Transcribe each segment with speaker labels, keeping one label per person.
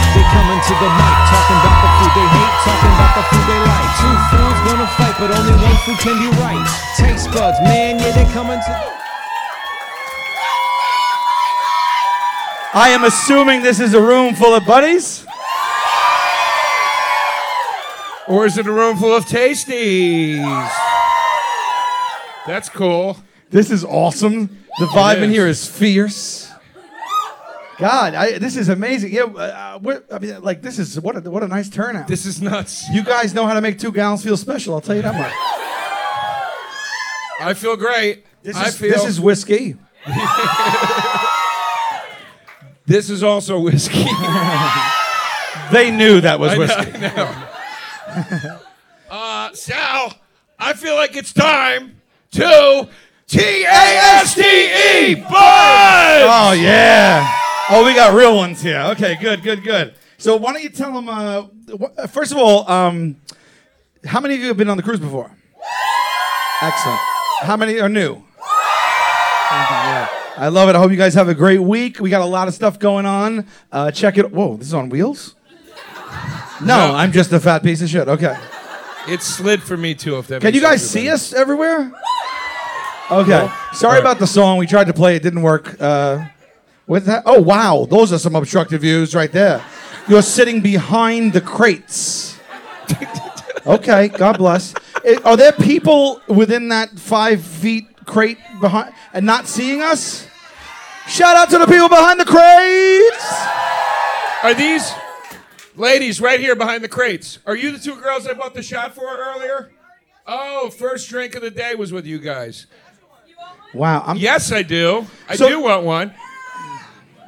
Speaker 1: to the mic, talking about the food they hate, talking about the food they like. Two foods gonna fight, but only one food can be right. Taste buds, man, yeah, they coming to.
Speaker 2: I am assuming this is a room full of buddies.
Speaker 3: Or is it a room full of tasties? That's cool.
Speaker 2: This is awesome. The vibe in
Speaker 3: is.
Speaker 2: here is fierce. God, I, this is amazing. Yeah, uh, we're, I mean, like this is what a, what a nice turnout.
Speaker 3: This is nuts.
Speaker 2: you guys know how to make two gallons feel special. I'll tell you that much.
Speaker 3: I feel great.
Speaker 2: This
Speaker 3: I
Speaker 2: is,
Speaker 3: feel
Speaker 2: this is whiskey.
Speaker 3: this is also whiskey.
Speaker 2: They knew that was whiskey.
Speaker 3: Uh, Sal, I feel like it's time to T A S T E bud.
Speaker 2: Oh yeah. Oh, we got real ones here. Okay, good, good, good. So why don't you tell them? Uh, wh- uh, first of all, um, how many of you have been on the cruise before? Excellent. How many are new? Thank you, yeah. I love it. I hope you guys have a great week. We got a lot of stuff going on. Uh, check it. Whoa, this is on wheels. No,
Speaker 3: No.
Speaker 2: I'm just a fat piece of shit. Okay.
Speaker 3: It slid for me too. If that
Speaker 2: Can you
Speaker 3: makes
Speaker 2: guys
Speaker 3: sense,
Speaker 2: see
Speaker 3: everybody.
Speaker 2: us everywhere? Okay. Sorry about the song. We tried to play it, didn't work. Uh, with that. Oh wow, those are some obstructive views right there. You're sitting behind the crates. Okay. God bless. I- are there people within that five feet crate behind and not seeing us? Shout out to the people behind the crates.
Speaker 3: Are these ladies right here behind the crates? Are you the two girls I bought the shot for earlier? Oh, first drink of the day was with you guys.
Speaker 2: Wow. I'm,
Speaker 3: Yes, I do. I
Speaker 2: So-
Speaker 3: do want one.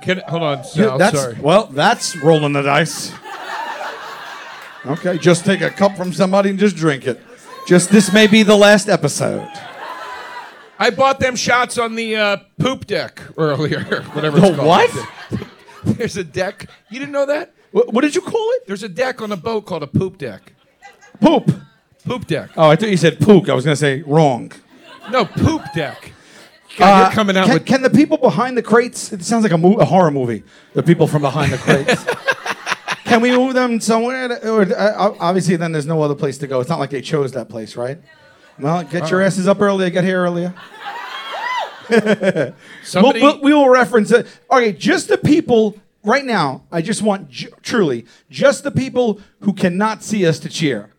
Speaker 3: Can hold on,
Speaker 2: Yeah,
Speaker 3: Sal.
Speaker 2: that's
Speaker 3: sorry.
Speaker 2: well, that's rolling the dice. Okay, just take a cup from somebody and just drink it. Just this may be the last episode.
Speaker 3: I bought them shots on the uh, poop deck earlier. Whatever.
Speaker 2: The
Speaker 3: it's called.
Speaker 2: what?
Speaker 3: There's a deck. You didn't know that?
Speaker 2: What, what did you call it?
Speaker 3: There's a deck on a boat called a poop deck.
Speaker 2: Poop.
Speaker 3: Poop deck.
Speaker 2: Oh, I thought you said pook. I was gonna say wrong.
Speaker 3: No, poop deck. God,
Speaker 2: Uh,
Speaker 3: you're coming out
Speaker 2: can,
Speaker 3: with.
Speaker 2: can the people behind the crates? It sounds like a, mo- a horror movie. The people from behind the crates. can we move them somewhere? to- or, uh, obviously, then there's no other place to go. It's not like they chose that place, right? Well, get your asses up earlier. Get here earlier. We'll,
Speaker 3: somebody,
Speaker 2: we'll, we will reference it. Okay, just the people right now. I just want ju- truly just the people who cannot see us to cheer.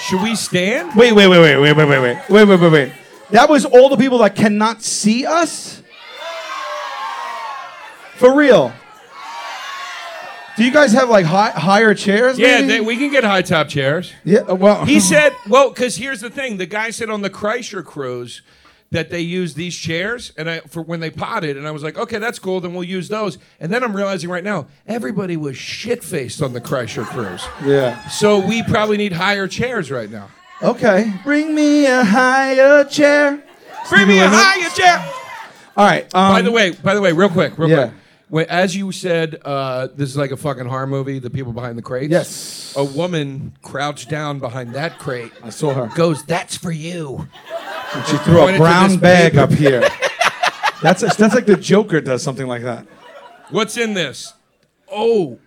Speaker 3: should we stand?
Speaker 2: Wait, wait, wait, wait, wait, wait, wait, wait, wait, wait, wait, wait. That was all the people that cannot see us. For real. Do you guys have like high, higher chairs?
Speaker 3: Yeah,
Speaker 2: maybe?
Speaker 3: they, we can get high top chairs.
Speaker 2: yeah. uh, Well,
Speaker 3: He said, well, because here's the thing: the guy said on the Kreischer cruise that they use these chairs, and I for when they potted, and I was like, okay, that's cool. Then we'll use those. And then I'm realizing right now, everybody was shit faced on the Kreischer cruise.
Speaker 2: Yeah.
Speaker 3: So we probably need higher chairs right now.
Speaker 2: Okay. Bring me a higher chair.
Speaker 3: Bring
Speaker 2: Stevie
Speaker 3: me a
Speaker 2: Wonder.
Speaker 3: higher chair.
Speaker 2: All right. Um,
Speaker 3: By the way, by the way, real quick, real
Speaker 2: Yeah.
Speaker 3: quick. When, as you said, uh, this is like a fucking horror movie. The people behind the crates.
Speaker 2: Yes.
Speaker 3: A woman crouched down behind that crate,
Speaker 2: I saw her.
Speaker 3: goes, "That's for you."
Speaker 2: She threw
Speaker 3: Pointed
Speaker 2: a
Speaker 3: to
Speaker 2: brown
Speaker 3: this
Speaker 2: bag
Speaker 3: paper.
Speaker 2: up here. That's that's like the Joker does something like that.
Speaker 3: What's in this? Oh,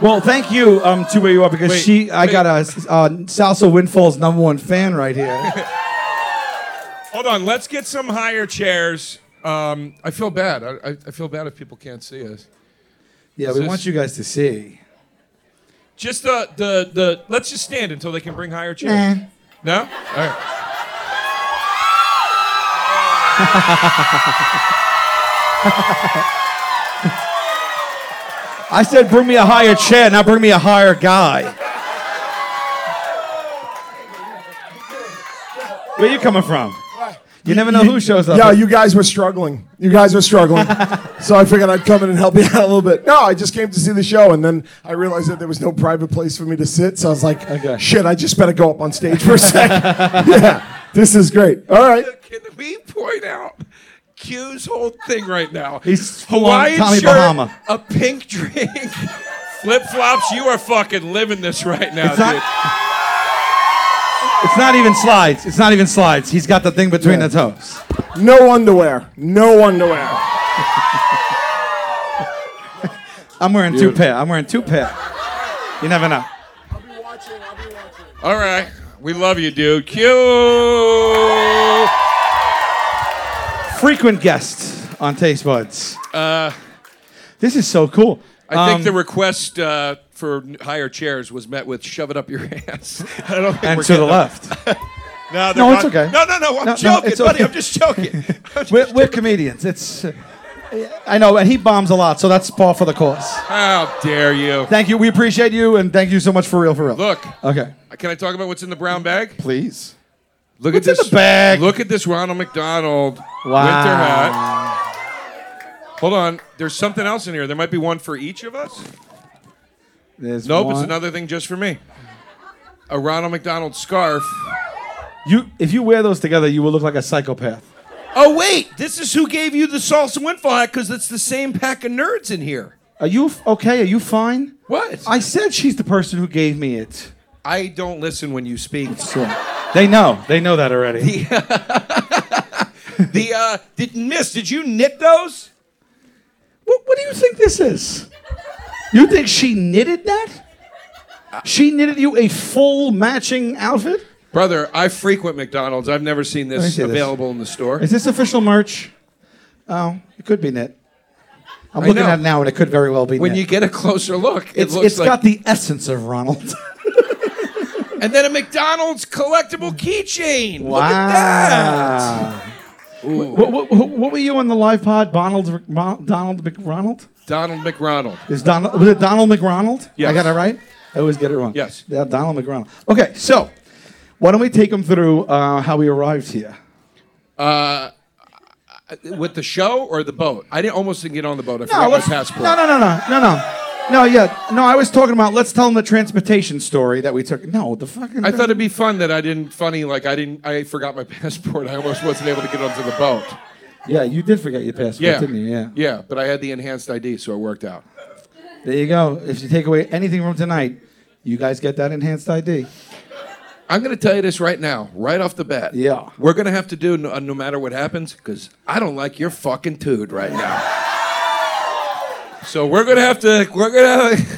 Speaker 2: Well, thank you um, to where you are because
Speaker 3: Wait,
Speaker 2: she I
Speaker 3: wait.
Speaker 2: got a uh, Salsa Windfall's number one fan right here.
Speaker 3: hold on. Let's get some higher chairs. Um, I feel bad. I, I, I feel bad if people can't see us.
Speaker 2: Yeah, we
Speaker 3: this-
Speaker 2: want you guys to see.
Speaker 3: Just the the the. Let's just stand until they can bring higher chairs. No. All right.
Speaker 2: I said, bring me a higher chair, now bring me a higher guy. Where you coming from? You never know who shows up.
Speaker 4: Yeah, you guys were struggling. You guys were struggling. so I figured I'd come in and help you out a little bit. No, I just came to see the show, and then I realized that there was no private place for me to sit. So I was like,
Speaker 2: Okay.
Speaker 4: shit, I just better go up on stage for a sec. yeah, this is great. All right.
Speaker 3: Can we point out Q's whole thing right now?
Speaker 2: He's full on
Speaker 3: Hawaiian
Speaker 2: Tommy
Speaker 3: shirt,
Speaker 2: Bahama.
Speaker 3: a pink drink, flip flops. You are fucking living this right now,
Speaker 2: It's not-
Speaker 3: dude.
Speaker 2: it's not even slides. It's not even slides. He's got the thing between
Speaker 4: Yeah.
Speaker 2: the toes.
Speaker 4: No underwear. No underwear.
Speaker 2: I'm wearing two pair. I'm wearing two pair. You never know.
Speaker 3: All right. We love you, dude. Q.
Speaker 2: Frequent guest on Taste Buds. Uh, this is so cool.
Speaker 3: I think
Speaker 2: Um,
Speaker 3: the request uh, for higher chairs was met with "shove it up your ass." I don't think
Speaker 2: and
Speaker 3: we're
Speaker 2: to the
Speaker 3: getting-
Speaker 2: left.
Speaker 3: No, they're
Speaker 2: No, it's
Speaker 3: not-
Speaker 2: okay.
Speaker 3: No, no, no.
Speaker 2: No,
Speaker 3: I'm
Speaker 2: no,
Speaker 3: joking,
Speaker 2: it's
Speaker 3: buddy.
Speaker 2: okay.
Speaker 3: I'm just joking. I'm just-
Speaker 2: We're, we're comedians. It's. uh, I know, and he bombs a lot, so that's par for the course.
Speaker 3: How dare you?
Speaker 2: Thank you. We appreciate you, and thank you so much for real, for real.
Speaker 3: Look,
Speaker 2: Okay.
Speaker 3: can I talk about what's in the brown bag?
Speaker 5: Please.
Speaker 3: Look
Speaker 2: What's
Speaker 3: at
Speaker 2: in
Speaker 3: this
Speaker 2: the bag?
Speaker 3: Look at this Ronald McDonald
Speaker 2: Wow.
Speaker 3: winter hat. Hold on. There's something else in here. There might be one for each of us.
Speaker 2: There's
Speaker 3: Nope, it's
Speaker 2: one.
Speaker 3: another thing just for me. A Ronald McDonald scarf.
Speaker 2: You, if you wear those together, you will look like a psychopath.
Speaker 3: Oh wait, this is who gave you the salsa windfall hat because it's the same pack of nerds in here.
Speaker 2: Are you f- okay? Are you fine?
Speaker 3: What?
Speaker 2: I said she's the person who gave me it.
Speaker 3: I don't listen when you speak.
Speaker 2: So they know. They know that already.
Speaker 3: The uh, did miss? Did you knit those?
Speaker 2: What, what do you think this is? You think she knitted that? She knitted you a full matching outfit?
Speaker 3: Brother, I frequent McDonald's. I've never seen
Speaker 2: Let me
Speaker 3: this
Speaker 2: see this.
Speaker 3: available in the store.
Speaker 2: Is this official merch? Oh, it could be knit. I'm
Speaker 3: I
Speaker 2: looking
Speaker 3: know.
Speaker 2: at it now, and it could very well be
Speaker 3: when you
Speaker 2: knit.
Speaker 3: get a closer look, it
Speaker 2: it's
Speaker 3: looks
Speaker 2: it's
Speaker 3: like.
Speaker 2: got the essence of Ronald.
Speaker 3: and then a McDonald's collectible keychain. Look at
Speaker 2: What, what, what- what were you on the live pod? Donald, Donald McRonald?
Speaker 3: that. Donald McRonald.
Speaker 2: Is Donald was it Donald McRonald?
Speaker 3: Yes.
Speaker 2: I got it right. I always get it wrong.
Speaker 3: Yes.
Speaker 2: Yeah, Donald McRonald. Okay, so why don't we take them through uh, how we arrived here?
Speaker 3: With the show or the boat? I didn't, almost didn't get on the boat. I
Speaker 2: No,
Speaker 3: forgot my
Speaker 2: let's-
Speaker 3: passport.
Speaker 2: No, no, no, no, no, no. No, yeah, no. I was talking about. Let's tell them the transportation story that we took. No, the fucking.
Speaker 3: I thought it'd be fun that I didn't, funny, like I didn't, I forgot my passport. I almost wasn't able to get onto the boat.
Speaker 2: Yeah, you did forget your passport,
Speaker 3: Yeah.
Speaker 2: didn't you? Yeah.
Speaker 3: Yeah, but I had the enhanced ID, so it worked out.
Speaker 2: There you go. If you take away anything from tonight, you guys get that enhanced ID.
Speaker 3: I'm going to tell you this right now, right off the bat.
Speaker 2: Yeah.
Speaker 3: We're going to have to do no, no matter what happens because I don't like your fucking dude right now. so we're going to have to, we're going to,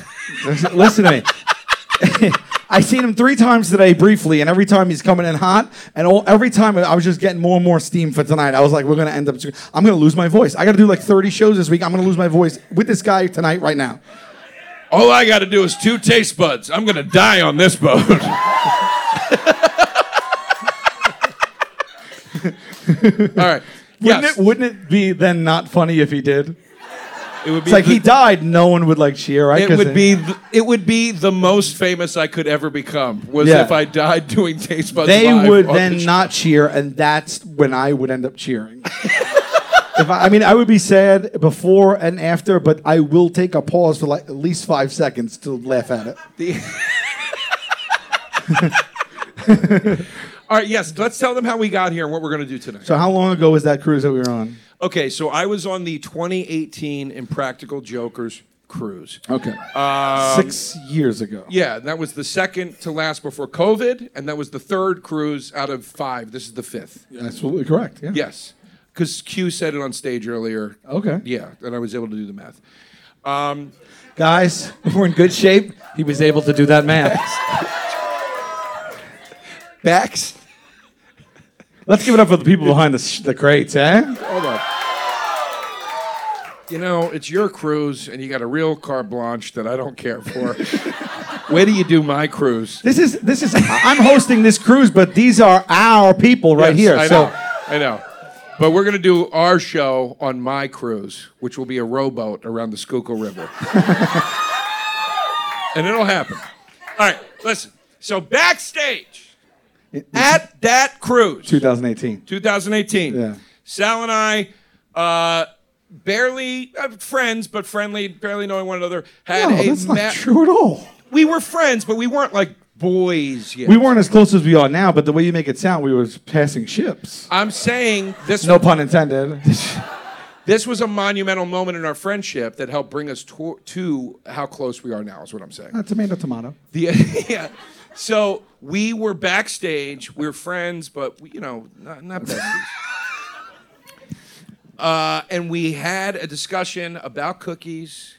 Speaker 2: Listen, listen to me. I seen him three times today briefly, and every time he's coming in hot, and all, every time I was just getting more and more steam for tonight. I was like, we're gonna end up. I'm gonna lose my voice. I gotta do like 30 shows this week. I'm gonna lose my voice with this guy tonight, right now.
Speaker 3: all I got to do is two taste buds. I'm going to die on this boat. all right.
Speaker 2: Wouldn't
Speaker 3: Yes.
Speaker 2: it? Wouldn't it be then not funny if he did?
Speaker 3: It would be
Speaker 2: It's like
Speaker 3: the-
Speaker 2: he died. No one would like cheer. Right?
Speaker 3: It
Speaker 2: 'Cause
Speaker 3: would be th- it would be the most famous I could ever become was
Speaker 2: Yeah.
Speaker 3: if I died doing taste buds.
Speaker 2: They
Speaker 3: live
Speaker 2: would
Speaker 3: on
Speaker 2: then
Speaker 3: the show.
Speaker 2: not cheer, and that's when I would end up cheering. if I, I mean, I would be sad before and after, but I will take a pause for like at least five seconds to laugh at it.
Speaker 3: All right, yes, let's tell them how we got here and what we're going to do tonight.
Speaker 2: So, how long ago was that cruise that we were on?
Speaker 3: Okay, so I was on the 2018 Impractical Jokers cruise.
Speaker 2: Okay, six years ago.
Speaker 3: Um, Yeah, that was the second to last before COVID, and that was the third cruise out of five. This is the fifth.
Speaker 2: absolutely correct. Yeah.
Speaker 3: Yes, because Q said it on stage earlier. Uh,
Speaker 2: Okay.
Speaker 3: Yeah, and I was able to do the math.
Speaker 2: Guys, we're in good shape. He was able to do that math.
Speaker 3: Backs?
Speaker 2: Let's give it up for the people behind the, sh- the crates, eh?
Speaker 3: Hold on. You know, it's your cruise, and you got a real carte blanche that I don't care for. Where do you do my cruise?
Speaker 2: This is this is. I- I'm hosting this cruise, but these are our people right
Speaker 3: Yes,
Speaker 2: here.
Speaker 3: I
Speaker 2: so.
Speaker 3: know. I know. But we're going to do our show on my cruise, which will be a rowboat around the Schuylkill River. and it'll happen. All right, listen. So backstage at that cruise,
Speaker 2: 2018.
Speaker 3: 2018.
Speaker 2: Yeah.
Speaker 3: Sal and I, uh, barely uh, friends, but friendly, barely knowing one another. Had
Speaker 2: No,
Speaker 3: a
Speaker 2: that's
Speaker 3: ma-
Speaker 2: not true at all.
Speaker 3: We were friends, but we weren't like boys yet.
Speaker 2: We weren't as close as we are now, but the way you make it sound, we were passing ships.
Speaker 3: I'm saying this.
Speaker 2: No pun intended.
Speaker 3: This was a monumental moment in our friendship that helped bring us to, to how close we are now. Is what I'm saying.
Speaker 2: Uh, tomato, tomato.
Speaker 3: The- yeah. So we were backstage. We were friends, but we, you know, not, not besties. uh, and we had a discussion about cookies,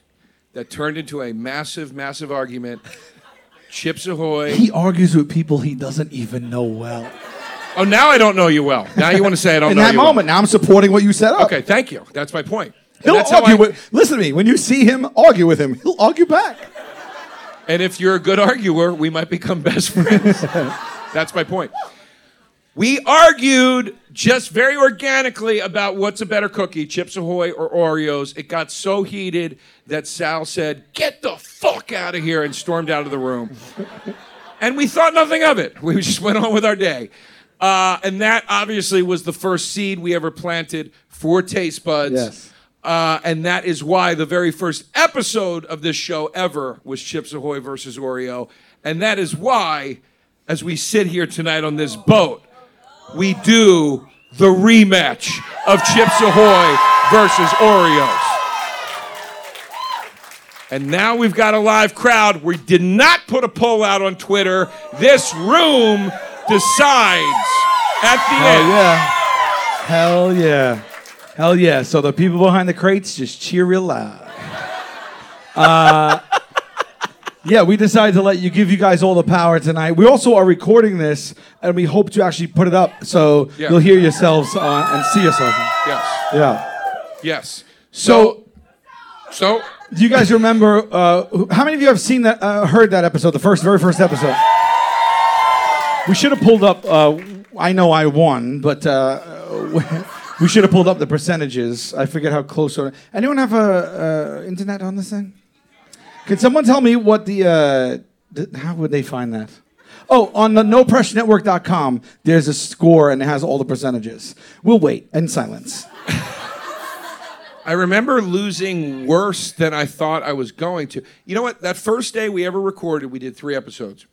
Speaker 3: that turned into a massive, massive argument. Chips Ahoy.
Speaker 2: He argues with people he doesn't even know well.
Speaker 3: Oh, now I don't know you well. Now you want to say I don't
Speaker 2: In
Speaker 3: know
Speaker 2: that
Speaker 3: you
Speaker 2: moment, now I'm supporting what you set up.
Speaker 3: Well. Okay, thank you. That's my point. And
Speaker 2: He'll
Speaker 3: that's how
Speaker 2: argue
Speaker 3: I-
Speaker 2: with. Listen to me. When you see him, argue with him. He'll argue back.
Speaker 3: And if you're a good arguer, we might become best friends. That's my point. We argued just very organically about what's a better cookie, Chips Ahoy or Oreos. It got so heated that Sal said, Get the fuck out of here, and stormed out of the room. and we thought nothing of it. We just went on with our day. Uh, and that obviously was the first seed we ever planted for Taste Buds.
Speaker 2: Yes.
Speaker 3: Uh, and that is why the very first episode of this show ever was Chips Ahoy versus Oreo. And that is why, as we sit here tonight on this boat, we do the rematch of Chips Ahoy versus Oreos. And now we've got a live crowd. We did not put a poll out on Twitter. This room decides at the
Speaker 2: Hell Oh, yeah. Hell
Speaker 3: end.
Speaker 2: yeah. Hell yeah. So the people behind the crates just cheer real loud. Uh, yeah, we decided to let you give you guys all the power tonight. We also are recording this, and we hope to actually put it up so
Speaker 3: Yeah.
Speaker 2: you'll hear yourselves uh, and see yourselves.
Speaker 3: Yes.
Speaker 2: Yeah.
Speaker 3: Yes.
Speaker 2: So,
Speaker 3: So
Speaker 2: do you guys remember? Uh, who- how many of you have seen that? Uh, heard that episode? The first, very first episode. We should have pulled up. Uh, I know I won, but uh, we should have pulled up the percentages. I forget how close. Or, anyone have a uh, internet on this thing? Can someone tell me what the? Uh, th- how would they find that? Oh, on the nopreshnetwork.com, there's a score and it has all the percentages. We'll wait in silence.
Speaker 3: I remember losing worse than I thought I was going to. You know what? That first day we ever recorded, we did three episodes.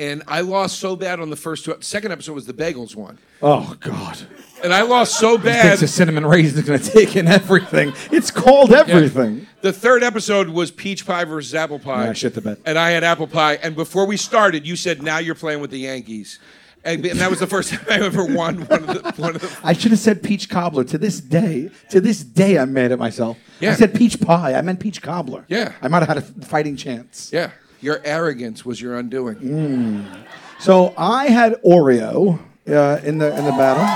Speaker 3: And I lost so bad on the first two. Second episode was the bagels one.
Speaker 2: Oh God.
Speaker 3: And I lost so bad.
Speaker 2: thinks a cinnamon raisin is going to take in everything. It's called everything.
Speaker 3: The third episode was peach pie versus apple pie.
Speaker 2: Yeah, I shit the bed.
Speaker 3: And I had apple pie. And before we started, you said, "Now you're playing with the Yankees," and, and that was the first time I ever won one of the. One of the
Speaker 2: I should have said peach cobbler. To this day, to this day, I'm mad at myself.
Speaker 3: Yeah.
Speaker 2: I said peach pie. I meant peach cobbler.
Speaker 3: Yeah.
Speaker 2: I might have had a f- fighting chance.
Speaker 3: yeah, your arrogance was your undoing.
Speaker 2: Mm. So I had Oreo uh, in the in the battle.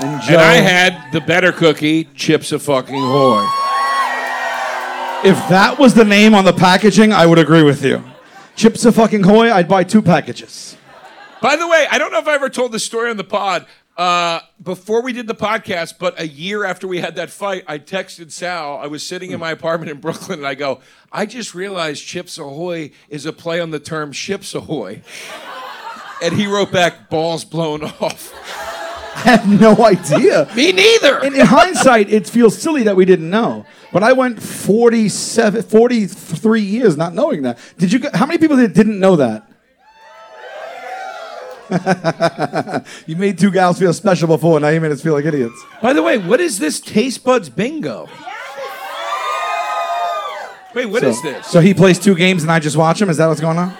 Speaker 2: And, Joe,
Speaker 3: And I had the better cookie, chips of fucking hoy.
Speaker 2: If that was the name on the packaging, I would agree with you. Chips of fucking hoy. I'd buy two packages.
Speaker 3: By the way, I don't know if I ever told this story on the pod. Uh, before we did the podcast, but a year after we had that fight, I texted Sal. I was
Speaker 2: Hmm.
Speaker 3: sitting in my apartment in Brooklyn, and I go, "I just realized Chips Ahoy is a play on the term Ships Ahoy," and he wrote back, "Balls blown off."
Speaker 2: I had no idea.
Speaker 3: Me neither.
Speaker 2: in, in hindsight, it feels silly that we didn't know. But I went 47, 43 years not knowing that. Did you? g- How many people that didn't know that? you made two gals feel special before, now you made us feel like idiots.
Speaker 3: By the way, what is this Taste Buds Bingo? Wait, what
Speaker 2: so,
Speaker 3: is this?
Speaker 2: So he plays two games and I just watch him. Is that what's going on?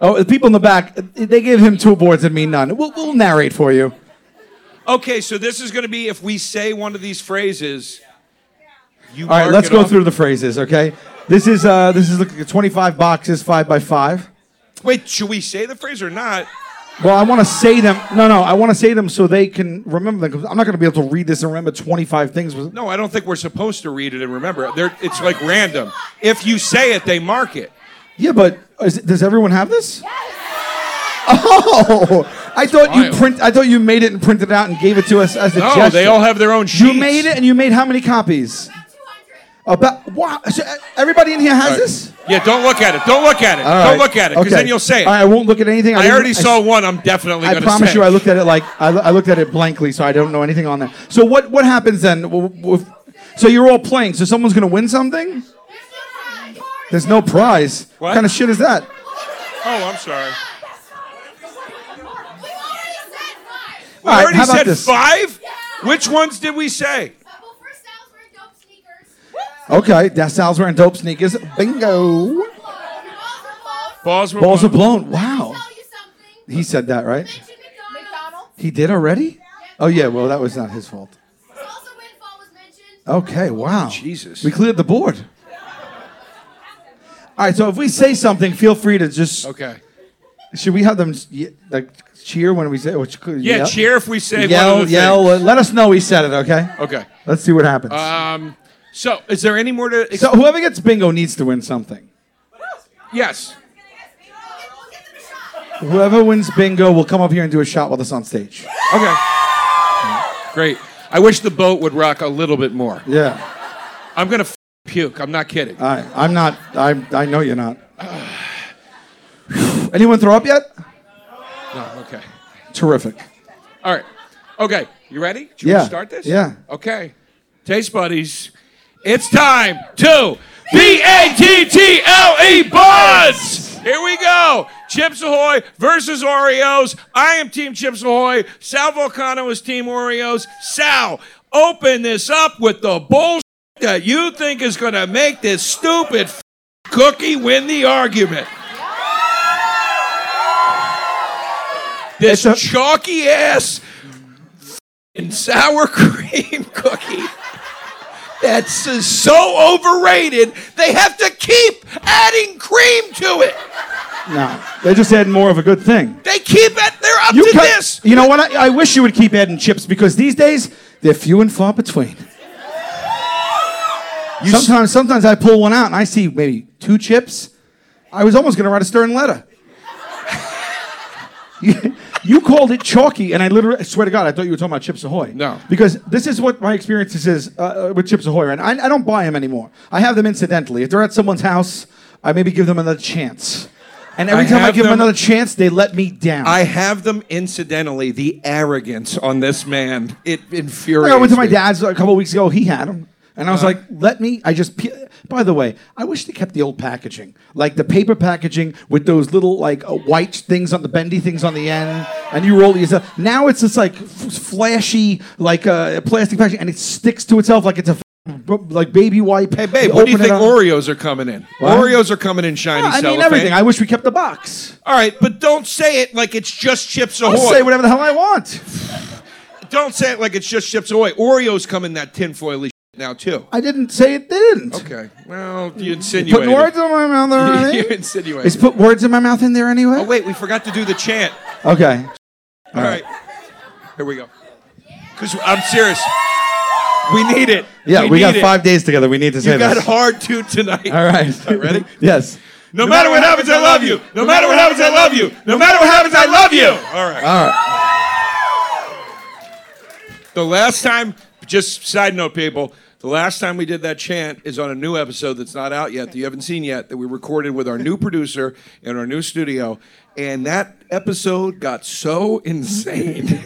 Speaker 2: Oh, the people in the back, they gave him two boards and me none. We'll, we'll narrate for you.
Speaker 3: Okay, so this is going to be if we say one of these phrases. You
Speaker 2: All right,
Speaker 3: mark
Speaker 2: let's
Speaker 3: it
Speaker 2: go
Speaker 3: off.
Speaker 2: through the phrases, okay? This is uh, this is look, 25 boxes, five by five.
Speaker 3: Wait, should we say the phrase or not?
Speaker 2: Well, I want to say them. No, no, I want to say them so they can remember them. 'cause I'm not going to be able to read this and remember 25 things.
Speaker 3: No, I don't think we're supposed to read it and remember it. They're, it's like random. If you say it, they mark it.
Speaker 2: Yeah, but is, does everyone have this? Oh, I thought you
Speaker 3: wild.
Speaker 2: print. I thought you made it and printed it out and gave it to us as a
Speaker 3: No,
Speaker 2: gesture.
Speaker 3: they all have their own sheets.
Speaker 2: You made it and you made how many copies? About wow! So uh, everybody in here has
Speaker 3: All right.
Speaker 2: this.
Speaker 3: Yeah, don't look at it. Don't look at it.
Speaker 2: All right,
Speaker 3: Don't look at it, because
Speaker 2: okay.
Speaker 3: then you'll say it.
Speaker 2: All right, I won't look at anything.
Speaker 3: I
Speaker 2: didn't-
Speaker 3: already
Speaker 2: s-
Speaker 3: saw one. I'm definitely
Speaker 2: I
Speaker 3: going to say.
Speaker 2: promise you, I
Speaker 3: it.
Speaker 2: looked at it like I, lo- I looked at it blankly, so I don't know anything on there. So what what happens then? W- w- if- So you're all playing. So someone's gonna win something. There's no prize. What,
Speaker 3: What?
Speaker 2: kind of shit is that?
Speaker 3: Oh, I'm sorry. We
Speaker 5: Uh,
Speaker 2: All right,
Speaker 3: already
Speaker 2: how about
Speaker 3: said
Speaker 2: this?
Speaker 3: five.
Speaker 5: Yeah.
Speaker 3: Which ones did we say?
Speaker 2: Okay, that Sal's wearing dope sneakers. Bingo.
Speaker 5: Uh,
Speaker 3: Balls were
Speaker 2: Balls are blown.
Speaker 3: blown.
Speaker 2: Wow. He said that right. He did already. Oh yeah. Well, that was not his fault. Okay, wow.
Speaker 3: Jesus.
Speaker 2: We cleared the board. All right, so if we say something, feel free to just.
Speaker 3: Okay.
Speaker 2: Should we have them ye- like cheer when we say? oh, Which,
Speaker 3: Yeah, cheer if we say one
Speaker 2: Yell,
Speaker 3: of the
Speaker 2: yell.
Speaker 3: things.
Speaker 2: Let us know we said it. Okay.
Speaker 3: Okay.
Speaker 2: Let's see what happens.
Speaker 3: Um, so is there any more to?
Speaker 2: so whoever gets bingo needs to win something.
Speaker 3: yes.
Speaker 2: Whoever wins bingo will come up here and do a shot with us on stage.
Speaker 3: Okay. Great. I wish the boat would rock a little bit more.
Speaker 2: Yeah.
Speaker 3: I'm gonna f- puke. I'm not kidding.
Speaker 2: All right. I'm not. I. I know you're not. Whew. Anyone throw up yet?
Speaker 3: No, okay.
Speaker 2: Terrific.
Speaker 3: All right. Okay. You ready? Should
Speaker 2: Yeah.
Speaker 3: we start this?
Speaker 2: Yeah.
Speaker 3: Okay. Taste buddies, it's time to B A T T L E buds. Here we go. Chips Ahoy versus Oreos. I am Team Chips Ahoy. Sal Volcano is Team Oreos. Sal, open this up with the bullshit that you think is going to make this stupid f- cookie win the argument. This
Speaker 2: It's a-
Speaker 3: chalky ass and sour cream cookie that's uh, so overrated they have to keep adding cream to it
Speaker 2: No. They just had more of a good thing.
Speaker 3: they keep it they're up to
Speaker 2: cut-
Speaker 3: this
Speaker 2: You know what? I, I wish you would keep adding chips because these days they're few and far between. sometimes, sometimes I pull one out and I see maybe two chips. I was almost going to write a stern letter. you, you called it chalky, and I literally I swear to God, I thought you were talking about Chips Ahoy.
Speaker 3: No.
Speaker 2: because this is what my experience is uh, uh, with Chips Ahoy. Right, now. I, I don't buy them anymore. I have them incidentally. If they're at someone's house, I maybe give them another chance. And every
Speaker 3: I
Speaker 2: time I
Speaker 3: have
Speaker 2: give them
Speaker 3: them-
Speaker 2: another chance, they let me down.
Speaker 3: i have them incidentally the arrogance on this man it
Speaker 2: Like,
Speaker 3: infuriates
Speaker 2: I went to my
Speaker 3: me.
Speaker 2: dad's a couple weeks ago. He had them, and I
Speaker 3: Uh-huh.
Speaker 2: was like, "Let me." I just. Pe- By the way, I wish they kept the old packaging, like the paper packaging with those little like uh, white things on the bendy things on the end, and you roll these up. Now it's this like f- flashy, like uh, plastic packaging, and it sticks to itself like it's a f- b- like baby wipe.
Speaker 3: hey babe what do you think oreos are coming in
Speaker 2: What?
Speaker 3: oreos are coming in shiny
Speaker 2: I mean
Speaker 3: cellophane.
Speaker 2: everything. I wish we kept the box.
Speaker 3: all right but don't say it like it's just chips ahoy
Speaker 2: I'll say whatever the hell I want.
Speaker 3: don't say it like it's just chips ahoy oreos come in that tinfoily now too
Speaker 2: I didn't say it didn't.
Speaker 3: okay well you insinuated
Speaker 2: Putting words in my mouth.
Speaker 3: you
Speaker 2: already?
Speaker 3: insinuated.
Speaker 2: Is put words in my mouth in there anyway?
Speaker 3: eh? Oh wait, we forgot to do the chant.
Speaker 2: Okay.
Speaker 3: All right, here we go. Because I'm serious, we need it.
Speaker 2: Yeah, we, got
Speaker 3: need it.
Speaker 2: five days together. We need to say
Speaker 3: You got
Speaker 2: this.
Speaker 3: hard to tonight.
Speaker 2: All right.
Speaker 3: All right, ready?
Speaker 2: yes.
Speaker 3: No matter what happens, I love you. No matter what happens, I love you. No matter what happens, I love you. All right.
Speaker 2: All right.
Speaker 3: The last time, just side note, people. The last time we did that chant is on a new episode that's not out yet, that you haven't seen yet, that we recorded with our new producer in our new studio. And that episode got so insane.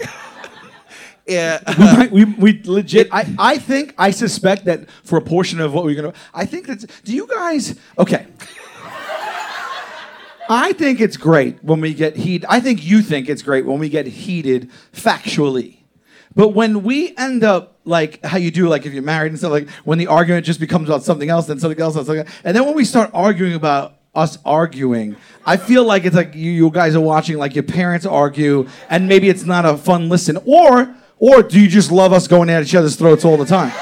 Speaker 3: yeah.
Speaker 2: we, we legit. Uh, I, I think, I suspect that for a portion of what we're going to. I think that's. Do you guys. Okay. I think it's great when we get heat. I think you think it's great when we get heated factually. But when we end up like how you do, like if you're married and stuff, like when the argument just becomes about something else, then something else, then something else. and then when we start arguing about us arguing, I feel like it's like you, you guys are watching like your parents argue, and maybe it's not a fun listen. Or or do you just love us going at each other's throats all the time?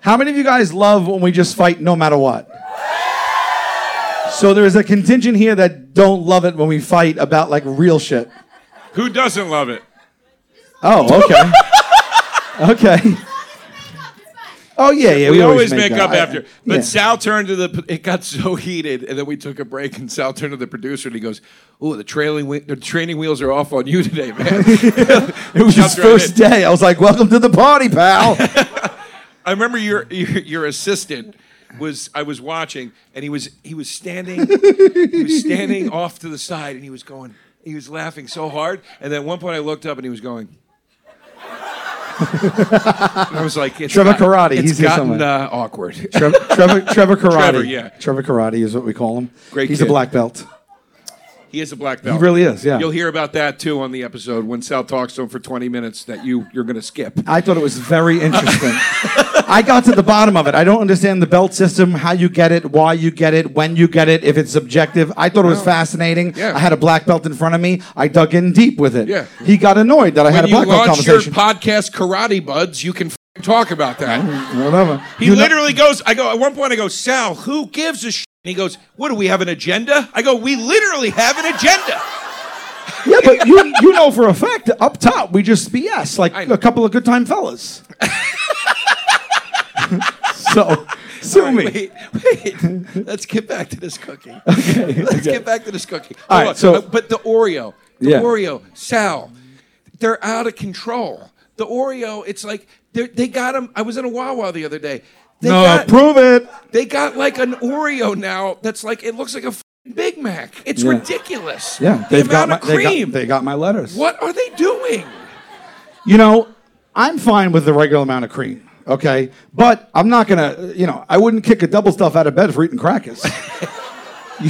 Speaker 2: How many of you guys love when we just fight no matter what? So there's a contingent here that don't love it when we fight about like real shit.
Speaker 3: Who doesn't love it?
Speaker 2: Oh, okay. okay. Oh yeah, yeah. We,
Speaker 3: We, always, make, up,
Speaker 2: I-
Speaker 3: after. But
Speaker 2: yeah.
Speaker 3: Sal turned to the. It got so heated, and then we took a break, and Sal turned to the producer, and he goes, "Oh, the trailing, whe- the training wheels are off on you today, man."
Speaker 2: it was his
Speaker 3: jumped right
Speaker 2: first day. I was like, "Welcome to the party, pal."
Speaker 3: I remember your, your your assistant was I was watching and he was he was standing he was standing off to the side and he was going he was laughing so hard and then at one point I looked up and he was going and I was like it's
Speaker 2: Trevor
Speaker 3: got-
Speaker 2: Karate,
Speaker 3: it's
Speaker 2: he's here
Speaker 3: gotten
Speaker 2: somewhere.
Speaker 3: uh, awkward
Speaker 2: Trev- Trevor, Trevor Karate.
Speaker 3: Trevor, yeah.
Speaker 2: Trevor Karate is what we call him.
Speaker 3: Great
Speaker 2: He's a
Speaker 3: kid.
Speaker 2: black belt.
Speaker 3: he is a black belt
Speaker 2: He really is. Yeah.
Speaker 3: you'll hear about that too on the episode when Sal talks to him for 20 minutes that you you're gonna skip
Speaker 2: I thought it was very interesting. I got to the bottom of it. I don't understand the belt system, how you get it, why you get it, when you get it, if it's subjective. I thought it was fascinating.
Speaker 3: Yeah.
Speaker 2: I had a black belt in front of me. I dug in deep with it.
Speaker 3: Yeah.
Speaker 2: He got annoyed that I had
Speaker 3: when
Speaker 2: a
Speaker 3: you
Speaker 2: black belt
Speaker 3: launch your
Speaker 2: conversation.
Speaker 3: podcast Karate Buds you can talk about that.
Speaker 2: Whatever.
Speaker 3: He
Speaker 2: You know-
Speaker 3: literally goes, I go, at one point I go, Sal, who gives a shit? And he goes, What do we have an agenda? I go, We literally have an agenda.
Speaker 2: yeah, but you you know for a fact that up top we just BS like
Speaker 3: I know.
Speaker 2: a couple of good time fellas. so sue me.
Speaker 3: Wait, wait. Let's get back to this cooking. Let's get back to this cooking.
Speaker 2: All right,
Speaker 3: Hold on.
Speaker 2: so-
Speaker 3: Uh, but the Oreo, the
Speaker 2: Yeah.
Speaker 3: Oreo, Sal, they're out of control. The Oreo, it's like they're- they got them. I was in a Wawa the other day. They
Speaker 2: no,
Speaker 3: got,
Speaker 2: prove it.
Speaker 3: they got like an Oreo now that's like it looks like a f***ing Big Mac. It's
Speaker 2: Yeah.
Speaker 3: ridiculous.
Speaker 2: Yeah,
Speaker 3: the
Speaker 2: they've got
Speaker 3: amount
Speaker 2: my
Speaker 3: of cream.
Speaker 2: They, got, they got my letters.
Speaker 3: what are they doing?
Speaker 2: You know, I'm fine with the regular amount of cream. Okay, but I'm not gonna. You know, I wouldn't kick a double stuff out of bed for eating crackers.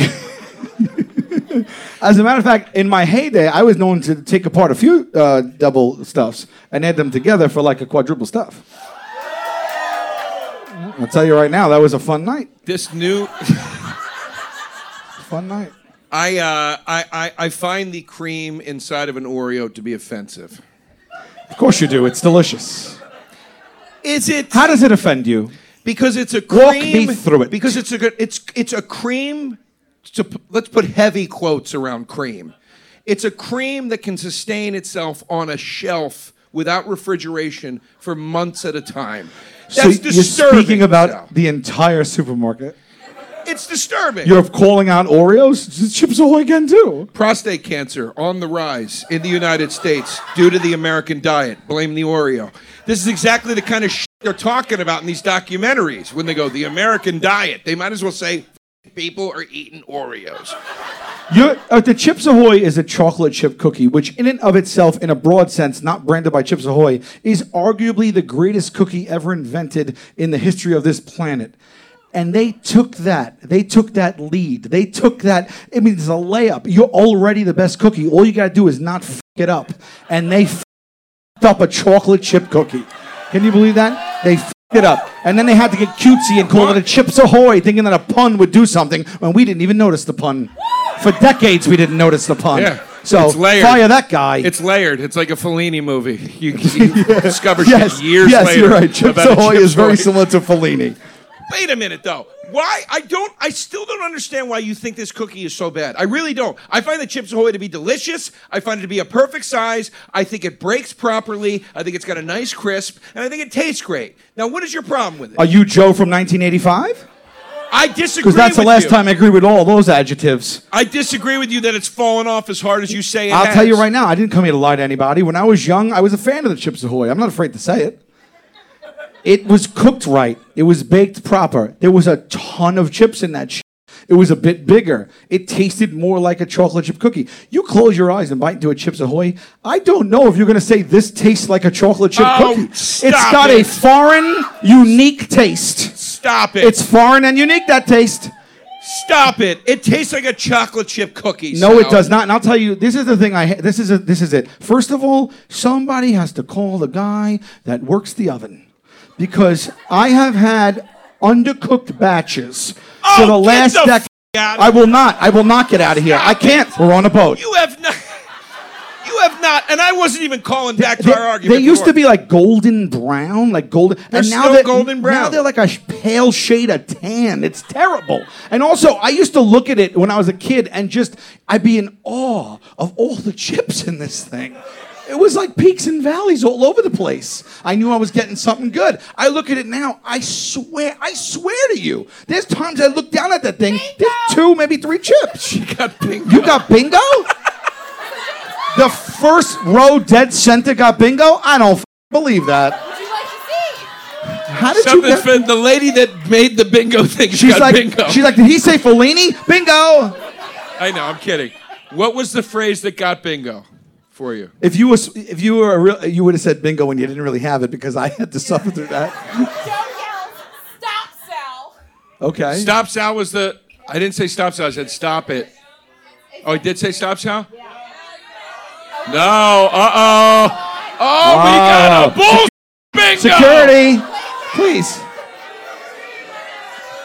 Speaker 2: As a matter of fact, in my heyday, I was known to take apart a few uh, double stuffs and add them together for like a quadruple stuff. I'll tell you right now, that was a fun night.
Speaker 3: This new.
Speaker 2: Fun night.
Speaker 3: I, uh, I, I I find the cream inside of an Oreo to be offensive.
Speaker 2: Of course you do. It's delicious.
Speaker 3: Is it
Speaker 2: How does it offend you?
Speaker 3: because it's a cream?
Speaker 2: Walk me through it.
Speaker 3: Because it's a good. It's it's a cream. To, p- let's put heavy quotes around cream. It's a cream that can sustain itself on a shelf without refrigeration for months at a time. That's
Speaker 2: so
Speaker 3: disturbing.
Speaker 2: you're speaking about
Speaker 3: Sal.
Speaker 2: the entire supermarket.
Speaker 3: it's disturbing.
Speaker 2: You're calling out Oreos? Chips Ahoy again, too.
Speaker 3: Prostate cancer on the rise in the United States due to the American diet. Blame the Oreo. This is exactly the kind of shit they're talking about in these documentaries when they go, the American diet. They might as well say, people are eating Oreos.
Speaker 2: You're, uh, the Chips Ahoy is a chocolate chip cookie, which, in and of itself, in a broad sense, not branded by Chips Ahoy, is arguably the greatest cookie ever invented in the history of this planet. And they took that. They took that lead. They took that. I mean, it's a layup. You're already the best cookie. All you got to do is not f it up. And they f up a chocolate chip cookie. Can you believe that? They f it up. And then they had to get cutesy and call it a Chips Ahoy, thinking that a pun would do something when we didn't even notice the pun. For decades, we didn't notice the pun.
Speaker 3: Yeah.
Speaker 2: So
Speaker 3: It's layered.
Speaker 2: fire that guy.
Speaker 3: It's layered. It's like a Fellini movie. You, you discover shit
Speaker 2: yes,
Speaker 3: years
Speaker 2: yes,
Speaker 3: later.
Speaker 2: you're right. Chips
Speaker 3: about a
Speaker 2: Ahoy
Speaker 3: Chips
Speaker 2: is very
Speaker 3: Ahoy.
Speaker 2: similar to Fellini.
Speaker 3: Wait a minute, though. Why? I don't. I still don't understand why you think this cookie is so bad. I really don't. I find the Chips Ahoy to be delicious. I find it to be a perfect size. I think it breaks properly. I think it's got a nice crisp, and I think it tastes great. Now, what is your problem with it?
Speaker 2: Are you Joe from 1985?
Speaker 3: I disagree.
Speaker 2: Because that's the
Speaker 3: with
Speaker 2: last
Speaker 3: you.
Speaker 2: time I agreed with all those adjectives.
Speaker 3: I disagree with you that it's fallen off as hard as you say it
Speaker 2: I'll
Speaker 3: has.
Speaker 2: tell you right now, I didn't come here to lie to anybody. When I was young, I was a fan of the Chips Ahoy. I'm not afraid to say it. It was cooked right. It was baked proper. There was a ton of chips in that. Sh- it was a bit bigger. It tasted more like a chocolate chip cookie. You close your eyes and bite into a Chips Ahoy. I don't know if you're going to say this tastes like a chocolate chip
Speaker 3: Oh,
Speaker 2: cookie.
Speaker 3: stop
Speaker 2: it's got a
Speaker 3: it.
Speaker 2: foreign, unique taste.
Speaker 3: Stop it.
Speaker 2: It's foreign and unique that taste.
Speaker 3: Stop it. It tastes like a chocolate chip cookie.
Speaker 2: No, it
Speaker 3: Sal.
Speaker 2: does not. And I'll tell you, this is the thing. I ha- this is a, this is it. First of all, somebody has to call the guy that works the oven, because I have had undercooked batches for
Speaker 3: Oh,
Speaker 2: the
Speaker 3: get
Speaker 2: last
Speaker 3: the
Speaker 2: decade.
Speaker 3: f- out of
Speaker 2: I will not. I will not get out of here. I can't. We're on a boat.
Speaker 3: You have not. You have not. And I wasn't even calling back to
Speaker 2: They,
Speaker 3: our
Speaker 2: they
Speaker 3: argument.
Speaker 2: used to
Speaker 3: before.
Speaker 2: be like golden brown, like golden, and now
Speaker 3: still
Speaker 2: they're
Speaker 3: golden
Speaker 2: Now
Speaker 3: brown.
Speaker 2: they're like a sh- pale shade of tan. It's terrible. And also, I used to look at it when I was a kid and just I'd be in awe of all the chips in this thing. It was like peaks and valleys all over the place. I knew I was getting something good. I look at it now. I swear, I swear to you, there's times I look down at that thing. There's two, maybe three chips.
Speaker 3: got bingo.
Speaker 2: You got bingo? the first row dead center got bingo? I don't f- believe that.
Speaker 5: Would you like to see?
Speaker 2: How did you
Speaker 3: Something's
Speaker 2: get?
Speaker 3: been- the lady that made the bingo thing. She
Speaker 2: She's
Speaker 3: got
Speaker 2: like,
Speaker 3: bingo.
Speaker 2: she's like, did he say Fellini? Bingo.
Speaker 3: I know. I'm kidding. What was the phrase that got bingo for you?
Speaker 2: If you was, if you were a real, you would have said bingo when you didn't really have it because I had to suffer through that.
Speaker 5: Don't yell. Stop, Sal.
Speaker 2: Okay.
Speaker 3: Stop Sal was the. I didn't say stop Sal. I said stop it. Oh, I did say stop Sal. No. Uh oh. Oh, we got a bull bingo.
Speaker 2: Security, please.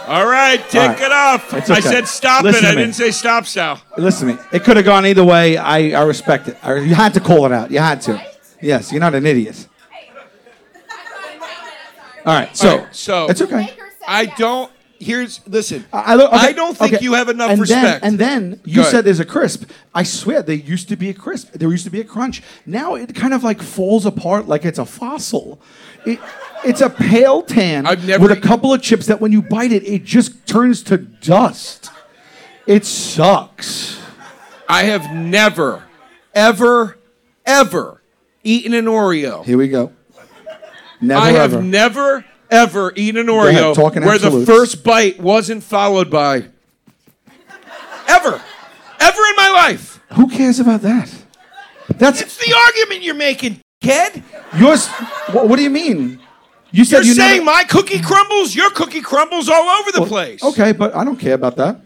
Speaker 3: All right, take
Speaker 2: All right.
Speaker 3: it off.
Speaker 2: It's
Speaker 3: I
Speaker 2: okay.
Speaker 3: said stop
Speaker 2: Listen
Speaker 3: it.
Speaker 2: to
Speaker 3: I
Speaker 2: me.
Speaker 3: didn't say stop Sal.
Speaker 2: Listen to me. It could have gone either way. I, I respect it. I, you had to call it out. You had to. Yes, you're not an idiot. All right, so
Speaker 3: All right, so
Speaker 2: it's okay.
Speaker 5: Baker said
Speaker 3: I
Speaker 5: yes.
Speaker 3: don't. Here's listen.
Speaker 2: I, lo- okay,
Speaker 3: I don't think
Speaker 2: okay.
Speaker 3: you have enough
Speaker 2: and
Speaker 3: respect.
Speaker 2: Then, and then you
Speaker 3: ahead.
Speaker 2: said there's a crisp. I swear there used to be a crisp. There used to be a crunch. Now it kind of like falls apart like it's a fossil. It, it's a pale tan
Speaker 3: I've never e-
Speaker 2: with a
Speaker 3: eat-
Speaker 2: couple of chips that when you bite it, it just turns to dust. It sucks.
Speaker 3: I have never, ever, ever eaten an Oreo.
Speaker 2: Here we go. Never
Speaker 3: I have never, ever eaten an Oreo
Speaker 2: ahead, talking
Speaker 3: where
Speaker 2: absolutes.
Speaker 3: the first bite wasn't followed by ever, ever in my life.
Speaker 2: Who cares about that? That's
Speaker 3: It's the argument you're making, kid.
Speaker 2: yours. What, what do you mean? You said
Speaker 3: You're
Speaker 2: you
Speaker 3: saying
Speaker 2: never,
Speaker 3: my cookie crumbles, your cookie crumbles all over the place.
Speaker 2: Okay, but I don't care about that.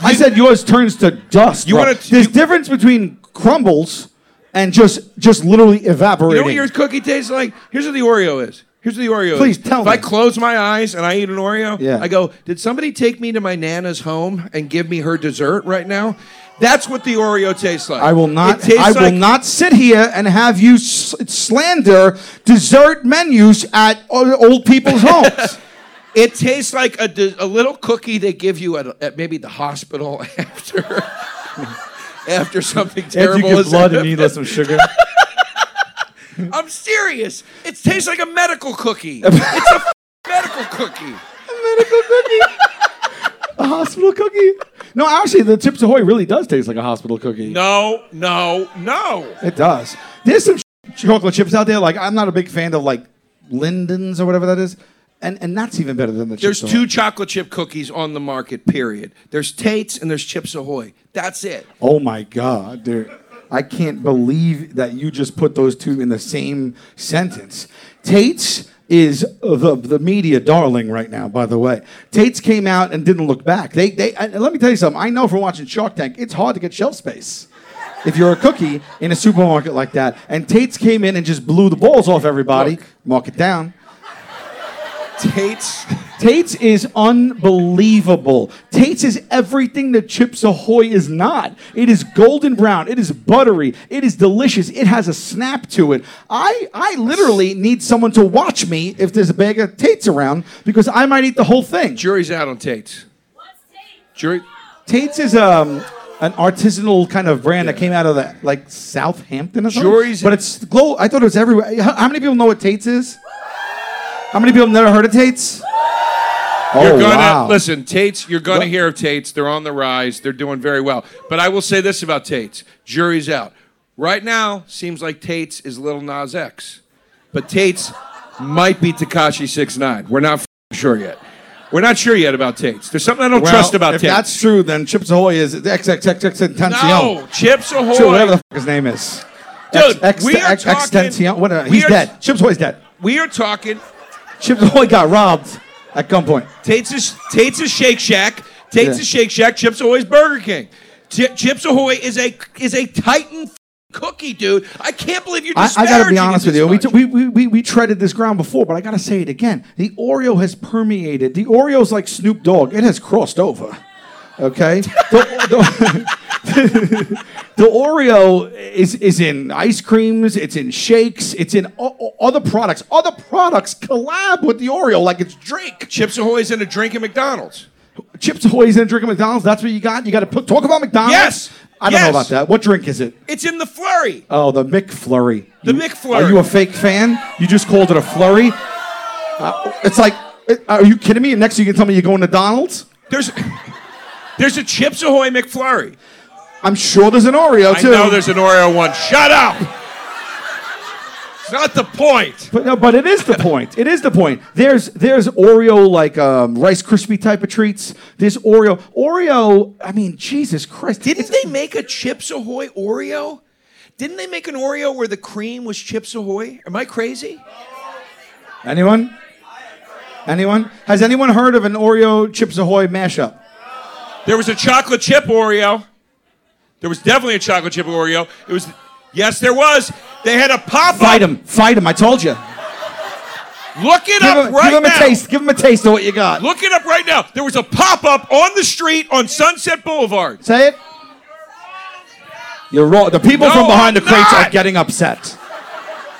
Speaker 2: I said yours turns to dust.
Speaker 3: You
Speaker 2: bro.
Speaker 3: wanna t-
Speaker 2: There's
Speaker 3: you-
Speaker 2: difference between crumbles and just just literally evaporating.
Speaker 3: You know what your cookie tastes like? Here's what the Oreo is. Here's what the Oreo
Speaker 2: Please
Speaker 3: is.
Speaker 2: tell
Speaker 3: if
Speaker 2: me.
Speaker 3: I close my eyes and I eat an Oreo,
Speaker 2: Yeah.
Speaker 3: I go, did somebody take me to my Nana's home and give me her dessert right now? That's what the Oreo tastes like.
Speaker 2: I will not.
Speaker 3: It tastes
Speaker 2: I will
Speaker 3: like-
Speaker 2: not sit here and have you s- slander dessert menus at o- old people's homes.
Speaker 3: It tastes like a, de- a little cookie they give you at, at maybe the hospital after after something terrible. has happened.
Speaker 2: need less of sugar.
Speaker 3: I'm serious. It tastes like a medical cookie. it's a f- medical cookie.
Speaker 2: a hospital cookie? No, actually, the Chips Ahoy really does taste like a hospital cookie.
Speaker 3: No, no, no.
Speaker 2: It does. There's some chocolate chips out there. Like I'm not a big fan of like Linden's or whatever that is, and and that's even better than the.
Speaker 3: There's
Speaker 2: Chips
Speaker 3: two
Speaker 2: Ahoy.
Speaker 3: chocolate chip cookies on the market, period. There's Tate's and there's Chips Ahoy. That's it.
Speaker 2: Oh my god, dude! I can't believe that you just put those two in the same sentence. Tate's is the the media darling right now. By the way, Tate's came out and didn't look back. They they and let me tell you something. I know from watching Shark Tank, it's hard to get shelf space. If you're a cookie in a supermarket like that, and Tate's came in and just blew the balls off everybody,
Speaker 3: Look.
Speaker 2: mark it down.
Speaker 3: Tate's.
Speaker 2: Tate's is unbelievable. Tate's is everything that Chips Ahoy is not. It is golden brown. It is buttery. It is delicious. It has a snap to it. I, I literally need someone to watch me if there's a bag of Tate's around because I might eat the whole thing.
Speaker 3: Jury's out on Tate's. Jury.
Speaker 2: Tate's is um, an artisanal kind of brand that came out of the, like Southampton or something.
Speaker 3: Jury's-
Speaker 2: but it's glow. I thought it was everywhere. How, how many people know what Tate's is? How many people have never heard of Tate's?
Speaker 3: You're
Speaker 2: oh,
Speaker 3: gonna
Speaker 2: wow.
Speaker 3: listen, Tate's. You're gonna hear of Tate's. They're on the rise. They're doing very well. But I will say this about Tate's: jury's out. Right now, seems like Tate's is Little Nas X, but Tate's might be Takashi Six Nine. We're not f***ing sure yet. We're not sure yet about Tate's. There's something I don't
Speaker 2: Well,
Speaker 3: trust about
Speaker 2: if
Speaker 3: Tate's.
Speaker 2: that's true, then Chips Ahoy is XXXX
Speaker 3: no,
Speaker 2: Intention.
Speaker 3: Chips Ahoy.
Speaker 2: whatever the fuck his name is.
Speaker 3: Dude,
Speaker 2: X, X,
Speaker 3: we are
Speaker 2: X,
Speaker 3: talking-
Speaker 2: Extension, whatever.
Speaker 3: we
Speaker 2: He's
Speaker 3: are-
Speaker 2: dead. Chips Ahoy's dead.
Speaker 3: we are talking
Speaker 2: Chips Ahoy got robbed at gunpoint.
Speaker 3: Tate's is Tate's is Shake Shack. Tate's
Speaker 2: Yeah.
Speaker 3: is Shake Shack. Chips Ahoy is Burger King. Chi- Chips Ahoy is a is a Titan f- cookie, dude. I can't believe you're
Speaker 2: I, I
Speaker 3: disparaging
Speaker 2: gotta be honest
Speaker 3: it
Speaker 2: with
Speaker 3: this
Speaker 2: you. We,
Speaker 3: much.
Speaker 2: t- we, we, we, we treaded this ground before, but I gotta say it again. The Oreo has permeated. The Oreo's like Snoop Dogg. It has crossed over. Okay? The- the- the Oreo is is in ice creams, it's in shakes, it's in o- o- other products. Other products collab with the Oreo like it's Drake.
Speaker 3: Chips Ahoy is in a drink at McDonald's.
Speaker 2: Chips Ahoy's in a drink at McDonald's. That's what you got. You got to put, talk about McDonald's.
Speaker 3: Yes!
Speaker 2: I don't
Speaker 3: Yes!
Speaker 2: know about that. What drink is it?
Speaker 3: It's in the flurry.
Speaker 2: Oh, the McFlurry.
Speaker 3: The
Speaker 2: You-
Speaker 3: McFlurry.
Speaker 2: Are you a fake fan? You just called it a flurry. Uh, it's like, it- are you kidding me? And next you can tell me you're going to Donald's.
Speaker 3: There's there's a Chips Ahoy McFlurry.
Speaker 2: I'm sure there's an Oreo
Speaker 3: I
Speaker 2: too.
Speaker 3: know there's an Oreo one. Shut up. It's not the point.
Speaker 2: But no, but it is the point. It is the point. There's there's Oreo like um, Rice Krispie type of treats. There's Oreo. Oreo. I mean, Jesus Christ!
Speaker 3: Didn't
Speaker 2: it's-
Speaker 3: they make a Chips Ahoy Oreo? Didn't they make an Oreo where the cream was Chips Ahoy? Am I crazy?
Speaker 2: Anyone? Anyone? Has anyone heard of an Oreo Chips Ahoy mashup?
Speaker 3: There was a chocolate chip Oreo. There was definitely a chocolate chip Oreo. It was, yes, there was. They had a pop up.
Speaker 2: Fight him! Fight him! I told you.
Speaker 3: Look it
Speaker 2: Give
Speaker 3: up
Speaker 2: him,
Speaker 3: right
Speaker 2: give him
Speaker 3: now.
Speaker 2: a taste. Give him a taste of what you got.
Speaker 3: Look it up right now. There was a pop up on the street on Sunset Boulevard.
Speaker 2: Say it. You're wrong. The people
Speaker 3: No,
Speaker 2: from behind the
Speaker 3: I'm
Speaker 2: crates are
Speaker 3: not.
Speaker 2: getting upset.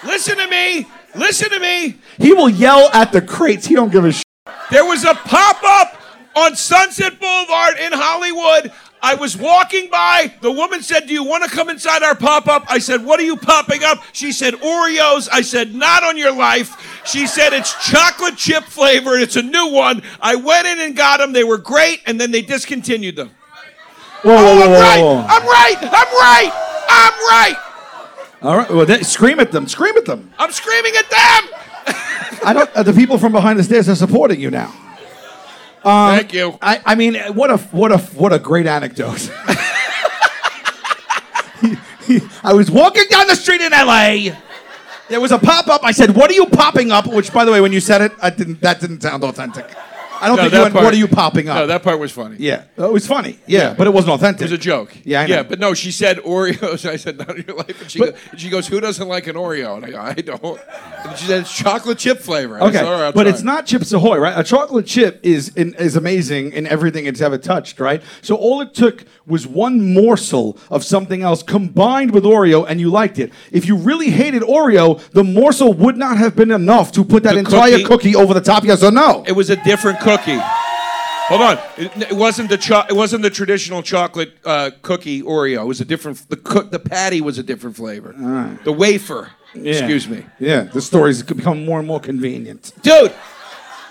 Speaker 3: Listen to me. Listen to me.
Speaker 6: He will yell at the crates. He don't give a shit.
Speaker 3: There was a pop up on Sunset Boulevard in Hollywood. I was walking by. The woman said, Do you want to come inside our pop up? I said, What are you popping up? She said, Oreos. I said, Not on your life. She said, It's chocolate chip flavored. It's a new one. I went in and got them. They were great, and then they discontinued them.
Speaker 6: Whoa, whoa,
Speaker 3: Oh,
Speaker 6: whoa,
Speaker 3: I'm right.
Speaker 6: whoa, whoa.
Speaker 3: I'm right. I'm right. I'm right.
Speaker 6: All right, well, then, scream at them. Scream at them.
Speaker 3: I'm screaming at them.
Speaker 2: I don't. Uh, the people from behind the stairs are supporting you now.
Speaker 6: Um,
Speaker 3: Thank you.
Speaker 2: I, I mean, what a what a what a great anecdote. I was walking down the street in L.A. There was a pop up. I said, "What are you popping up?" Which, by the way, when you said it, I didn't. That didn't sound authentic. I don't
Speaker 3: No,
Speaker 2: think
Speaker 3: that
Speaker 2: you went.
Speaker 3: part-
Speaker 2: What are you popping up?
Speaker 3: No, that part was funny.
Speaker 2: yeah, it was funny. Yeah, but it wasn't authentic.
Speaker 3: It was a joke.
Speaker 2: Yeah, I know.
Speaker 3: yeah, but no, she said Oreos. I said not in your life. And she,
Speaker 2: But-
Speaker 3: go- and she goes, "Who doesn't like an Oreo?" And I go, "I don't." And she said, "It's chocolate chip flavor." I
Speaker 2: Okay,
Speaker 3: said, "All right, I'll
Speaker 2: but
Speaker 3: try
Speaker 2: it's
Speaker 3: it."
Speaker 2: not Chips Ahoy, right? A chocolate chip is in, is amazing in everything it's ever touched, right? So all it took was one morsel of something else combined with Oreo, and you liked it. If you really hated Oreo, the morsel would not have been enough to put that
Speaker 3: The
Speaker 2: entire
Speaker 3: cookie-
Speaker 2: cookie. over the top. Yes or no?
Speaker 3: It was a different cookie. Hold on. It, it wasn't the cho- it wasn't the traditional chocolate uh, cookie Oreo. It was a different. The cook the patty was a different flavor. The wafer. Excuse me,
Speaker 2: Yeah, the stories become more and more convenient.
Speaker 3: dude.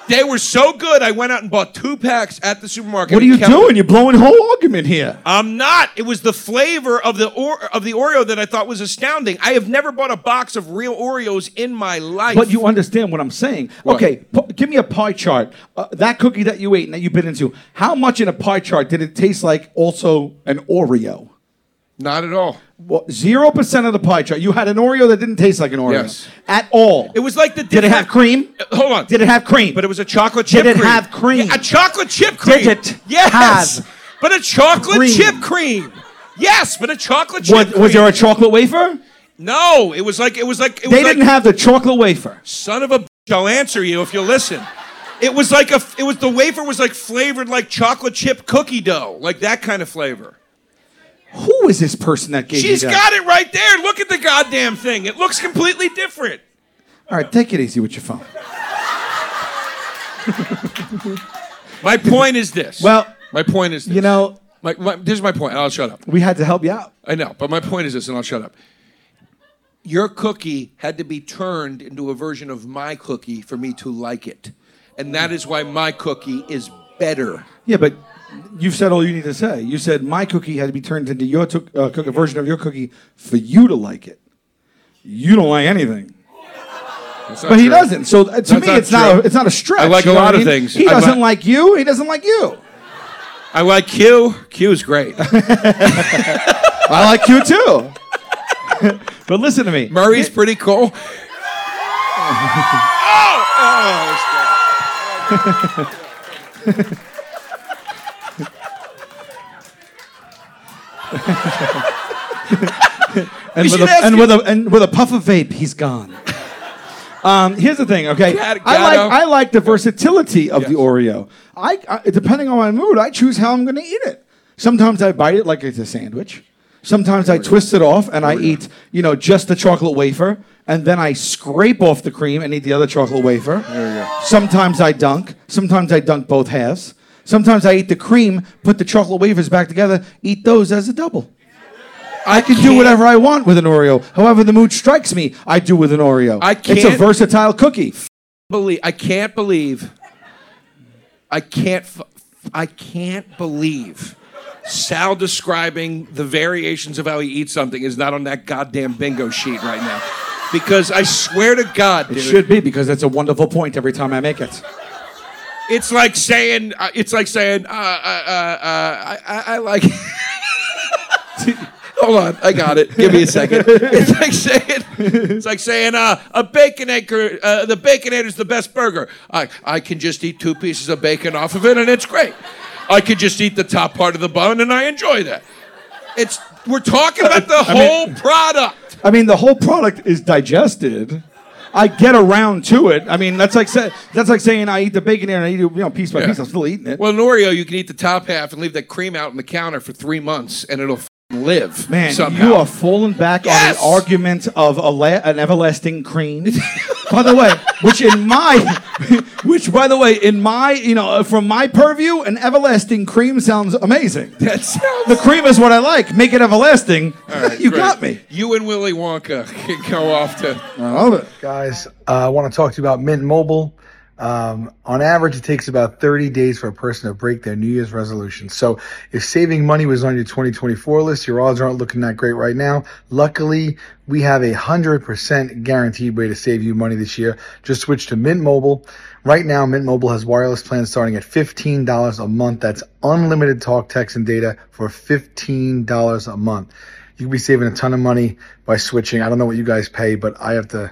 Speaker 3: They were so good. I went out and bought two packs at the supermarket.
Speaker 2: What are
Speaker 3: and
Speaker 2: you
Speaker 3: kept-
Speaker 2: doing? You're blowing the whole argument here.
Speaker 3: I'm not. It was the flavor of the or- of the Oreo that I thought was astounding. I have never bought a box of real Oreos in my life.
Speaker 2: But you understand what I'm saying.
Speaker 3: What?
Speaker 2: Okay, p- give me a pie chart. Uh, that cookie that you ate and that you bit into, how much in a pie chart did it taste like also an Oreo?
Speaker 3: not at all.
Speaker 2: Well, 0% of the pie chart. You had an Oreo that didn't taste like an Oreo
Speaker 3: Yes.
Speaker 2: at all.
Speaker 3: It was like the.
Speaker 2: Did it have cream?
Speaker 3: Uh, Hold on.
Speaker 2: Did it have cream?
Speaker 3: But it was a chocolate chip.
Speaker 2: Did it
Speaker 3: cream.
Speaker 2: have cream?
Speaker 3: Yeah, a chocolate chip cream.
Speaker 2: Did it
Speaker 3: Yes.
Speaker 2: have
Speaker 3: but a chocolate
Speaker 2: cream?
Speaker 3: chip cream. Yes, but a chocolate chip.
Speaker 2: was,
Speaker 3: cream.
Speaker 2: was there a chocolate wafer?
Speaker 3: No, it was like it was like it
Speaker 2: They
Speaker 3: was
Speaker 2: didn't
Speaker 3: like,
Speaker 2: have the chocolate wafer.
Speaker 3: son of a bitch, I'll answer you if you'll listen. It was like a. It was the wafer was like flavored like chocolate chip cookie dough, like that kind of flavor.
Speaker 2: Who is this person that gave
Speaker 3: She's
Speaker 2: you that?
Speaker 3: got it right there. Look at the goddamn thing. It looks completely different.
Speaker 2: All right, take it easy with your phone.
Speaker 3: My point is this.
Speaker 2: Well,
Speaker 3: my point is this.
Speaker 2: You know,
Speaker 3: my, my, this is my point. and I'll shut up.
Speaker 2: we had to help you out.
Speaker 3: I know, but my point is this, and I'll shut up. Your cookie had to be turned into a version of my cookie for me to like it, and that is why my cookie is better.
Speaker 2: Yeah, but you've said all you need to say. You said my cookie had to be turned into your took uh, cook a version of your cookie for you to like it. You don't like anything,
Speaker 3: That's not
Speaker 2: but he
Speaker 3: true.
Speaker 2: doesn't. So uh, to me,
Speaker 3: That's not
Speaker 2: it's not
Speaker 3: true.
Speaker 2: a, it's not a stretch.
Speaker 3: I like
Speaker 2: you
Speaker 3: a
Speaker 2: know
Speaker 3: lot
Speaker 2: what
Speaker 3: of things.
Speaker 2: He
Speaker 3: I
Speaker 2: doesn't
Speaker 3: li-
Speaker 2: like you. He doesn't like you.
Speaker 3: I like Q. Q is great.
Speaker 2: I like you too. but listen to me.
Speaker 3: Murray's pretty cool. Oh,
Speaker 2: And, with
Speaker 3: should ask
Speaker 2: a, and
Speaker 3: you-
Speaker 2: with a and with a puff of vape, he's gone. Um, here's the thing, okay?
Speaker 3: Gat-
Speaker 2: I like
Speaker 3: gatto.
Speaker 2: I like the versatility of the
Speaker 3: Yes.
Speaker 2: Oreo. I, I depending on my mood, I choose how I'm going to eat it. Sometimes I bite it like it's a sandwich. Sometimes I twist it off and I eat, you know, just the chocolate wafer, and then I scrape off the cream and eat the other chocolate wafer. There you go. Sometimes I dunk. Sometimes I dunk both halves. Sometimes I eat the cream, put the chocolate wafers back together, eat those as a double. I can do whatever I want with an Oreo. However, the mood strikes me, I do with an Oreo.
Speaker 3: I
Speaker 2: It's a
Speaker 3: can't-
Speaker 2: versatile cookie.
Speaker 3: believe I can't believe I can't f- I can't believe Sal describing the variations of how he eats something is not on that goddamn bingo sheet right now. Because I swear to God, dude,
Speaker 2: It should be because that's a wonderful point every time I make it.
Speaker 3: it's like saying uh, it's like saying uh, uh, uh, uh, I, I, I like. Hold on, I got it. Give me a second. It's like saying it's like saying uh, a bacon anchor. Uh, the baconator's the best burger. I I can just eat two pieces of bacon off of it and it's great. I could just eat the top part of the bun and I enjoy that. It's we're talking about the whole product.
Speaker 2: I mean, the whole product is digested. I get around to it. I mean, that's like say, that's like saying I eat the bacon and I eat it, you know, piece by
Speaker 3: Yeah.
Speaker 2: piece. I'm still eating it.
Speaker 3: Well, an Oreo, you can eat the top half and leave that cream out on the counter for three months and it'll
Speaker 6: live. Man,
Speaker 3: Somehow.
Speaker 6: you are falling back
Speaker 3: Yes!
Speaker 6: on an argument of a la- an everlasting cream. by the way, which in my, which by the way, in my, you know, uh, from my purview, an everlasting cream sounds amazing.
Speaker 3: That sounds.
Speaker 6: The cream is what I like. Make it everlasting. you
Speaker 3: Great.
Speaker 6: got me.
Speaker 3: You and Willy Wonka can go off to.
Speaker 6: I love it.
Speaker 7: guys. Uh, I want to talk to you about Mint Mobile. Um, on average, it takes about 30 days for a person to break their New Year's resolution. So if saving money was on your 2024 list, your odds aren't looking that great right now. Luckily, we have a 100% guaranteed way to save you money this year. Just switch to Mint Mobile. Right now, Mint Mobile has wireless plans starting at $15 a month. That's unlimited talk, text, and data for $15 a month. You can be saving a ton of money by switching. I don't know what you guys pay, but I have to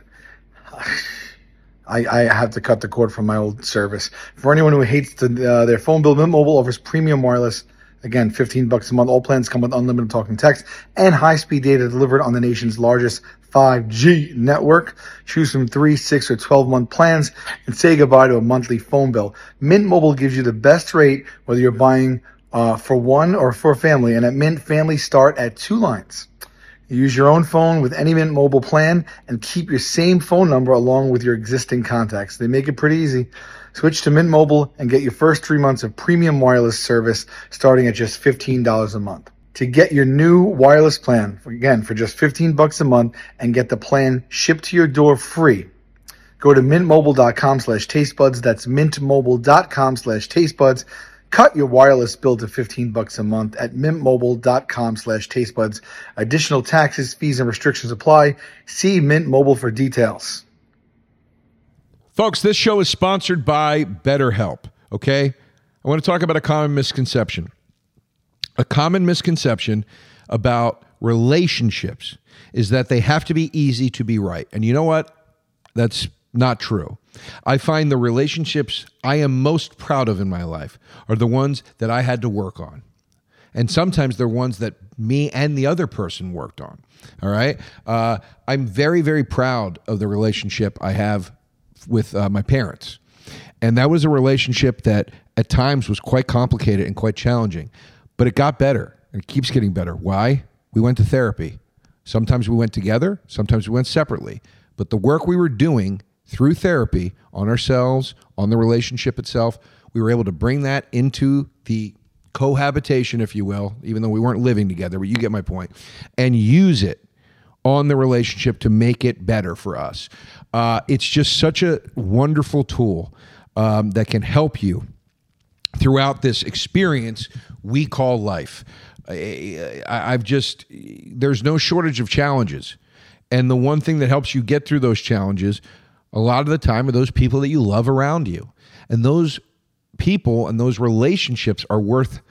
Speaker 7: I, I have to cut the cord from my old service. For anyone who hates the, uh, their phone bill, Mint Mobile offers premium wireless. Again, 15 bucks a month. All plans come with unlimited talk and text and high-speed data delivered on the nation's largest 5G network. Choose from 3, 6, or 12-month plans and say goodbye to a monthly phone bill. Mint Mobile gives you the best rate whether you're buying uh, for one or for a family. And at Mint, families start at two lines. Use your own phone with any Mint mobile plan and keep your same phone number along with your existing contacts. They make it pretty easy. Switch to Mint Mobile and get your first three months of premium wireless service starting at just $15 a month. To get your new wireless plan, again, for just 15 bucks a month and get the plan shipped to your door free, go to mintmobile.com slash tastebuds. That's mintmobile.com slash tastebuds. Cut your wireless bill to 15 bucks a month at mintmobile.com slash tastebuds. Additional taxes, fees, and restrictions apply. See Mint Mobile for details.
Speaker 3: Folks, this show is sponsored by BetterHelp, okay? I want to talk about a common misconception. A common misconception about relationships is that they have to be easy to be right. And you know what? That's not true. I find the relationships I am most proud of in my life are the ones that I had to work on. And sometimes they're ones that me and the other person worked on. All right. Uh, I'm very, very proud of the relationship I have with uh, my parents. And that was a relationship that at times was quite complicated and quite challenging, but it got better and it keeps getting better. Why? We went to therapy. Sometimes we went together, sometimes we went separately. But the work we were doing through therapy on ourselves, on the relationship itself, we were able to bring that into the cohabitation, if you will, even though we weren't living together, but you get my point, and use it on the relationship to make it better for us. Uh, it's just such a wonderful tool um, that can help you throughout this experience we call life. I, I- I've just, there's no shortage of challenges. And the one thing that helps you get through those challenges a lot of the time are those people that you love around you. And those people and those relationships are worth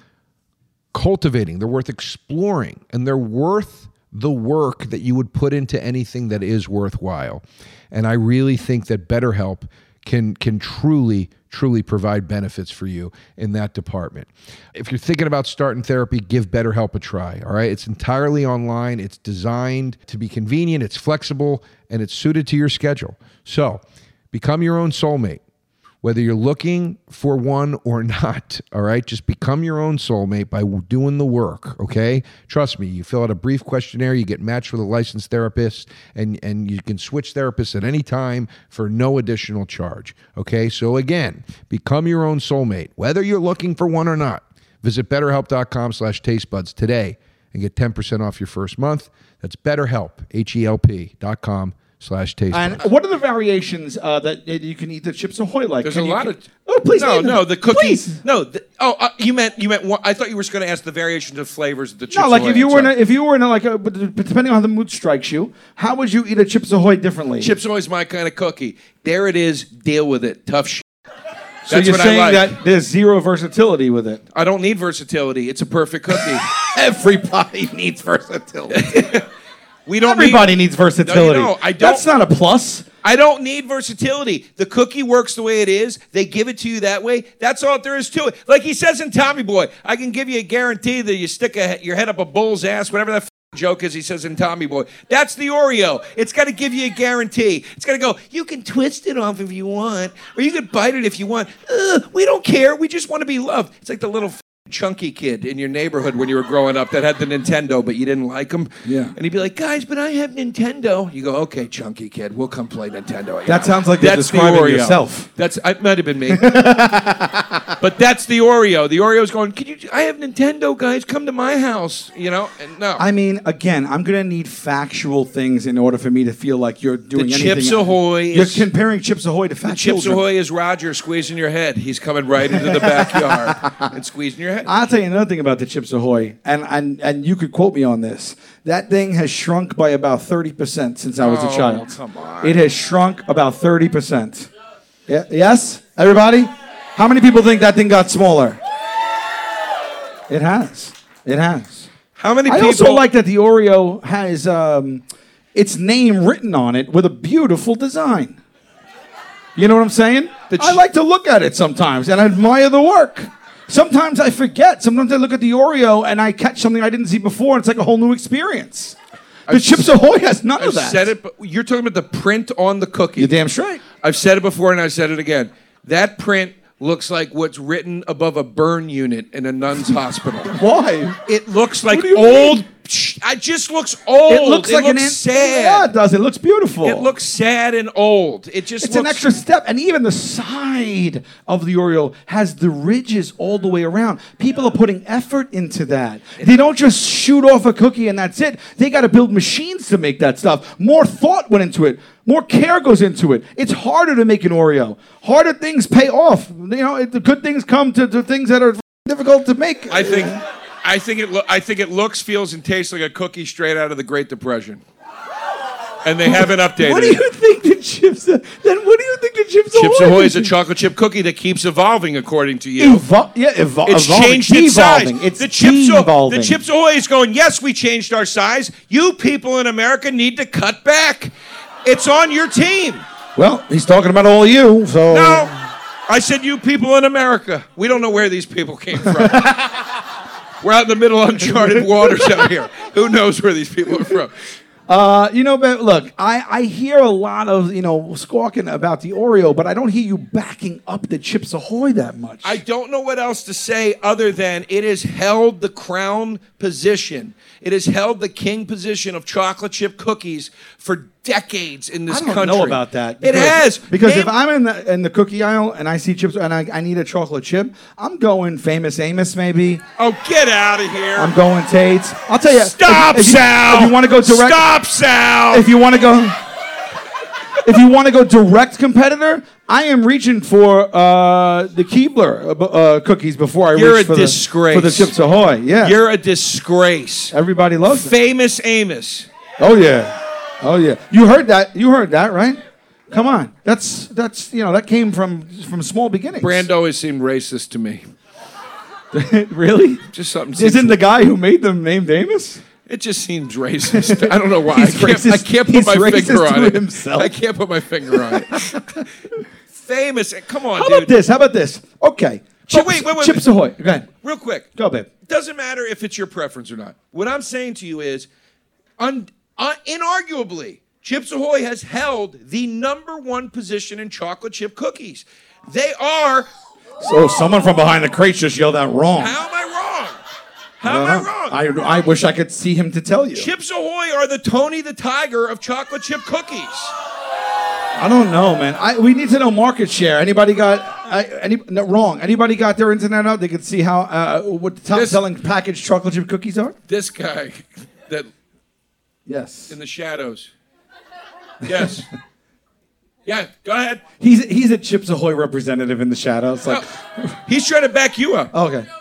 Speaker 3: cultivating, they're worth exploring, and they're worth the work that you would put into anything that is worthwhile. And I really think that BetterHelp can can truly truly provide benefits for you in that department. If you're thinking about starting therapy, give BetterHelp a try, all right? It's entirely online, it's designed to be convenient, it's flexible, and it's suited to your schedule. So, become your own soulmate whether you're looking for one or not, all right? Just become your own soulmate by doing the work, okay? Trust me, you fill out a brief questionnaire, you get matched with a licensed therapist, and, and you can switch therapists at any time for no additional charge, okay? So again, become your own soulmate, whether you're looking for one or not. Visit betterhelp.com slash tastebuds today and get 10% off your first month. That's betterhelp, H-E-L-P dot com slash tastebuds.
Speaker 6: And what are the variations uh, that that you can eat the chips ahoy like?
Speaker 3: There's
Speaker 6: Can
Speaker 3: a
Speaker 6: you-
Speaker 3: lot of.
Speaker 6: Oh, please.
Speaker 3: No,
Speaker 6: eat them.
Speaker 3: no, the cookies.
Speaker 6: Please.
Speaker 3: No, the, oh, uh, you meant you meant. One, I thought you were just going to ask the variations of flavors of the chips.
Speaker 6: No, like if
Speaker 3: Ahoy
Speaker 6: you were in a,
Speaker 3: inside.
Speaker 6: if you were in a, like a, but depending on how the mood strikes you, how would you eat a Chips Ahoy differently?
Speaker 3: chips, always my kind of cookie. There it is. Deal with it. Tough. Sh-
Speaker 6: So
Speaker 3: That's
Speaker 6: you're
Speaker 3: what
Speaker 6: saying
Speaker 3: I like.
Speaker 6: that there's zero versatility with it.
Speaker 3: I don't need versatility. It's a perfect cookie.
Speaker 6: Everybody needs versatility.
Speaker 3: We don't. Need,
Speaker 6: Everybody needs versatility.
Speaker 3: No, you don't. I don't-
Speaker 6: That's not a plus.
Speaker 3: I don't need versatility. The cookie works the way it is. They give it to you that way. That's all there is to it. Like he says in Tommy Boy, I can give you a guarantee that you stick a, your head up a bull's ass, whatever that. F- Joke is he says in Tommy Boy. That's the Oreo. It's got to give you a guarantee. It's got to go. You can twist it off if you want, or you can bite it if you want. Ugh, we don't care. We just want to be loved. It's like the little f- chunky kid in your neighborhood when you were growing up that had the Nintendo, but you didn't like him.
Speaker 2: Yeah.
Speaker 3: And he'd be like, guys, but I have Nintendo. You go, okay, chunky kid, we'll come play Nintendo. at your
Speaker 8: That
Speaker 3: house."
Speaker 8: sounds like you're
Speaker 3: That's the
Speaker 8: describing
Speaker 3: Oreo.
Speaker 8: yourself.
Speaker 3: That's it might have been me. but that's the Oreo. The Oreo's going, Can you I have Nintendo guys, come to my house, you know? And no.
Speaker 2: I mean, again, I'm gonna need factual things in order for me to feel like you're doing
Speaker 3: Chips
Speaker 2: anything.
Speaker 3: Ahoy
Speaker 2: You're
Speaker 3: is-
Speaker 2: comparing Chips Ahoy to fat
Speaker 3: Chips
Speaker 2: children.
Speaker 3: Ahoy is Roger squeezing your head. He's coming right into the backyard and squeezing your head.
Speaker 2: I'll tell you another thing about the Chips Ahoy, and, and, and you could quote me on this. That thing has shrunk by about 30% since I was
Speaker 3: Oh,
Speaker 2: a child.
Speaker 3: come on.
Speaker 2: It has shrunk about 30%. Yeah, yes? Everybody? How many people think that thing got smaller? It has. It has.
Speaker 3: How many
Speaker 2: I
Speaker 3: people
Speaker 2: also like that the Oreo has um, its name written on it with a beautiful design. You know what I'm saying?
Speaker 3: The ch-
Speaker 2: I like to look at it sometimes and I admire the work. Sometimes I forget. Sometimes I look at the Oreo and I catch something I didn't see before, and it's like a whole new experience. The Chips Ahoy has none
Speaker 3: I've
Speaker 2: of that.
Speaker 3: said it, but you're talking about the print on the cookie.
Speaker 2: You're damn straight.
Speaker 3: I've said it before and I said it again. That print looks like what's written above a burn unit in a nun's hospital.
Speaker 2: Why?
Speaker 3: It looks like
Speaker 2: do you
Speaker 3: old.
Speaker 2: mean?
Speaker 3: Psh, It just looks old.
Speaker 2: It looks like an an Yeah, it
Speaker 3: sad.
Speaker 2: does. It looks beautiful.
Speaker 3: It looks sad and old. It just
Speaker 2: It's
Speaker 3: looks
Speaker 2: an extra step, and even the side of the Oreo has the ridges all the way around. People are putting effort into that. They don't just shoot off a cookie and that's it. They got to build machines to make that stuff. More thought went into it. More care goes into it. It's harder to make an Oreo. Harder things pay off. You know, it, the good things come to, to things that are difficult to make.
Speaker 3: I think, I think it. Lo- I think it looks, feels, and tastes like a cookie straight out of the Great Depression. And they haven't updated.
Speaker 2: What do
Speaker 3: it.
Speaker 2: you think the chips? Then what do you think the chips?
Speaker 3: Chips
Speaker 2: Ahoy
Speaker 3: Ahoy is a chocolate chip cookie that keeps evolving, according to you.
Speaker 2: Evo- yeah, evo-
Speaker 3: It's
Speaker 2: evolving.
Speaker 3: changed its size.
Speaker 2: Devolving. It's
Speaker 3: the chips, Ahoy,
Speaker 2: devolving.
Speaker 3: the chips Ahoy is going. Yes, we changed our size. You people in America need to cut back. It's on your team.
Speaker 8: Well, he's talking about all you, so.
Speaker 3: No,
Speaker 2: Oh.
Speaker 3: I said you people in America. We don't know where these people came from. We're out in the middle of uncharted waters out here. Who knows where these people are from?
Speaker 2: Uh, you know, but look, I, I hear a lot of you know squawking about the Oreo, but I don't hear you backing up the Chips Ahoy that much.
Speaker 3: I don't know what else to say other than it has held the crown position. It has held the king position of chocolate chip cookies for decades in this
Speaker 2: I don't
Speaker 3: country.
Speaker 2: know about that.
Speaker 3: It has
Speaker 2: because if
Speaker 3: Name-
Speaker 2: I'm in the in the cookie aisle and I see chips and I, I need a chocolate chip, I'm going Famous Amos maybe.
Speaker 3: oh get out of here.
Speaker 2: I'm going Tate's. I'll tell you. if-
Speaker 3: Stop,
Speaker 2: if, you-
Speaker 3: Sal.
Speaker 2: If you, want to go direct,
Speaker 3: Stop, Sal.
Speaker 2: If you want to go, if you want to go direct competitor, I am reaching for uh, the Keebler uh, bu- uh, cookies before I
Speaker 3: You're
Speaker 2: reach
Speaker 3: a
Speaker 2: for
Speaker 3: disgrace.
Speaker 2: the for the Chips Ahoy. Yeah,
Speaker 3: You're a disgrace.
Speaker 2: Everybody loves it.
Speaker 3: Famous Amos.
Speaker 2: Oh yeah, oh yeah. You heard that? You heard that, right? Come on, that's that's you know that came from from small beginnings.
Speaker 3: Brand always seemed racist to me.
Speaker 2: really?
Speaker 3: Just something. seems-
Speaker 2: Isn't the guy who made them named Amos?
Speaker 3: It just seems racist. I don't know why.
Speaker 2: He's
Speaker 3: I can't, I
Speaker 2: racist-
Speaker 3: can't put
Speaker 2: he's
Speaker 3: my
Speaker 2: racist
Speaker 3: finger on
Speaker 2: to
Speaker 3: it.
Speaker 2: himself.
Speaker 3: I can't put my finger on it. Famous. Come on,
Speaker 2: How
Speaker 3: dude.
Speaker 2: about this? How about this? Okay. Chips,
Speaker 3: wait, wait, wait.
Speaker 2: Chips Ahoy. Go ahead.
Speaker 3: Real quick.
Speaker 2: Go, babe.
Speaker 3: Doesn't matter if it's your preference or not. What I'm saying to you is, un, uh, inarguably, Chips Ahoy has held the number one position in chocolate chip cookies. They are.
Speaker 8: So someone from behind the crate just yelled out wrong.
Speaker 3: How am I wrong? How am Uh-huh. I wrong?
Speaker 8: I, I wish I could see him to tell you.
Speaker 3: Chips Ahoy are the Tony the Tiger of chocolate chip cookies.
Speaker 2: I don't know, man. I, we need to know market share. Anybody got I, any no, wrong? Anybody got their internet out? They can see how uh, what the top
Speaker 3: This-
Speaker 2: selling packaged chocolate chip cookies are.
Speaker 3: This guy that
Speaker 2: Yes.
Speaker 3: in the shadows. Yes. Yeah, go ahead.
Speaker 2: He's he's a Chips Ahoy representative in the shadows. Like,
Speaker 3: No, he's trying to back you up.
Speaker 2: oh, okay, yeah,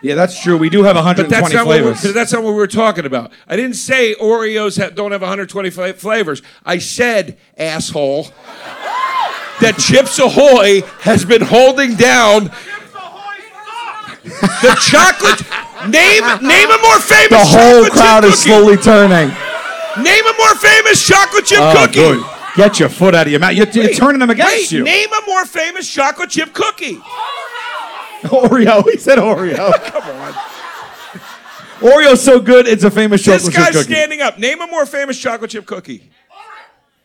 Speaker 6: Yeah,
Speaker 2: that's true. We do have
Speaker 3: But that's
Speaker 2: 120
Speaker 3: not, what we're,
Speaker 2: flavors.
Speaker 3: but that's not what we were talking about. I didn't say Oreos ha- don't have 120 fla- flavors. I said, asshole, that Chips Ahoy has been holding down the chocolate. Name name a more famous
Speaker 2: The whole
Speaker 3: chocolate chip
Speaker 2: crowd is
Speaker 3: cookie.
Speaker 2: slowly turning.
Speaker 3: Name a more famous chocolate chip
Speaker 2: Oh,
Speaker 3: cookie.
Speaker 8: good. Get your foot out of your mouth. You're, you're turning them
Speaker 3: Wait,
Speaker 8: against you.
Speaker 3: name a more famous chocolate chip cookie.
Speaker 2: Oreo. He said Oreo. Come on. Oreo's so good, it's a famous
Speaker 3: This
Speaker 2: chocolate chip
Speaker 3: guy's
Speaker 2: cookie.
Speaker 3: standing up. Name a more famous chocolate chip cookie.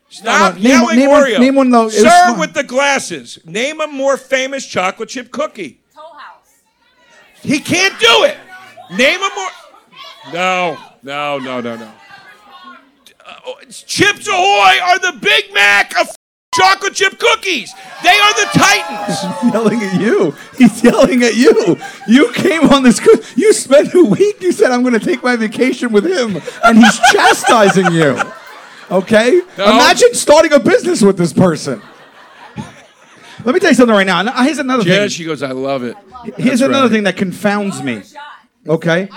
Speaker 3: Stop
Speaker 2: No, no, name one-
Speaker 3: yelling
Speaker 2: name one-
Speaker 3: Oreo.
Speaker 2: name one, though. It was
Speaker 3: Sir
Speaker 2: fun.
Speaker 3: with the glasses. Name a more famous chocolate chip cookie.
Speaker 6: Toll House.
Speaker 3: He can't do it. Name a more. No, no, no, no, no. Uh, oh, it's- Chips Ahoy are the Big Mac of chocolate chip cookies. They are the titans.
Speaker 2: yelling at you. He's yelling at you. You came on this. cru- You spent a week. You said I'm going to take my vacation with him, and he's chastising you. Okay.
Speaker 3: No.
Speaker 2: Imagine starting a business with this person. Let me tell you something right now. and Here's another
Speaker 3: Yeah,
Speaker 2: thing.
Speaker 3: she goes, I love it.
Speaker 2: Here's
Speaker 3: That's
Speaker 2: another
Speaker 3: right.
Speaker 2: thing that confounds me. Okay.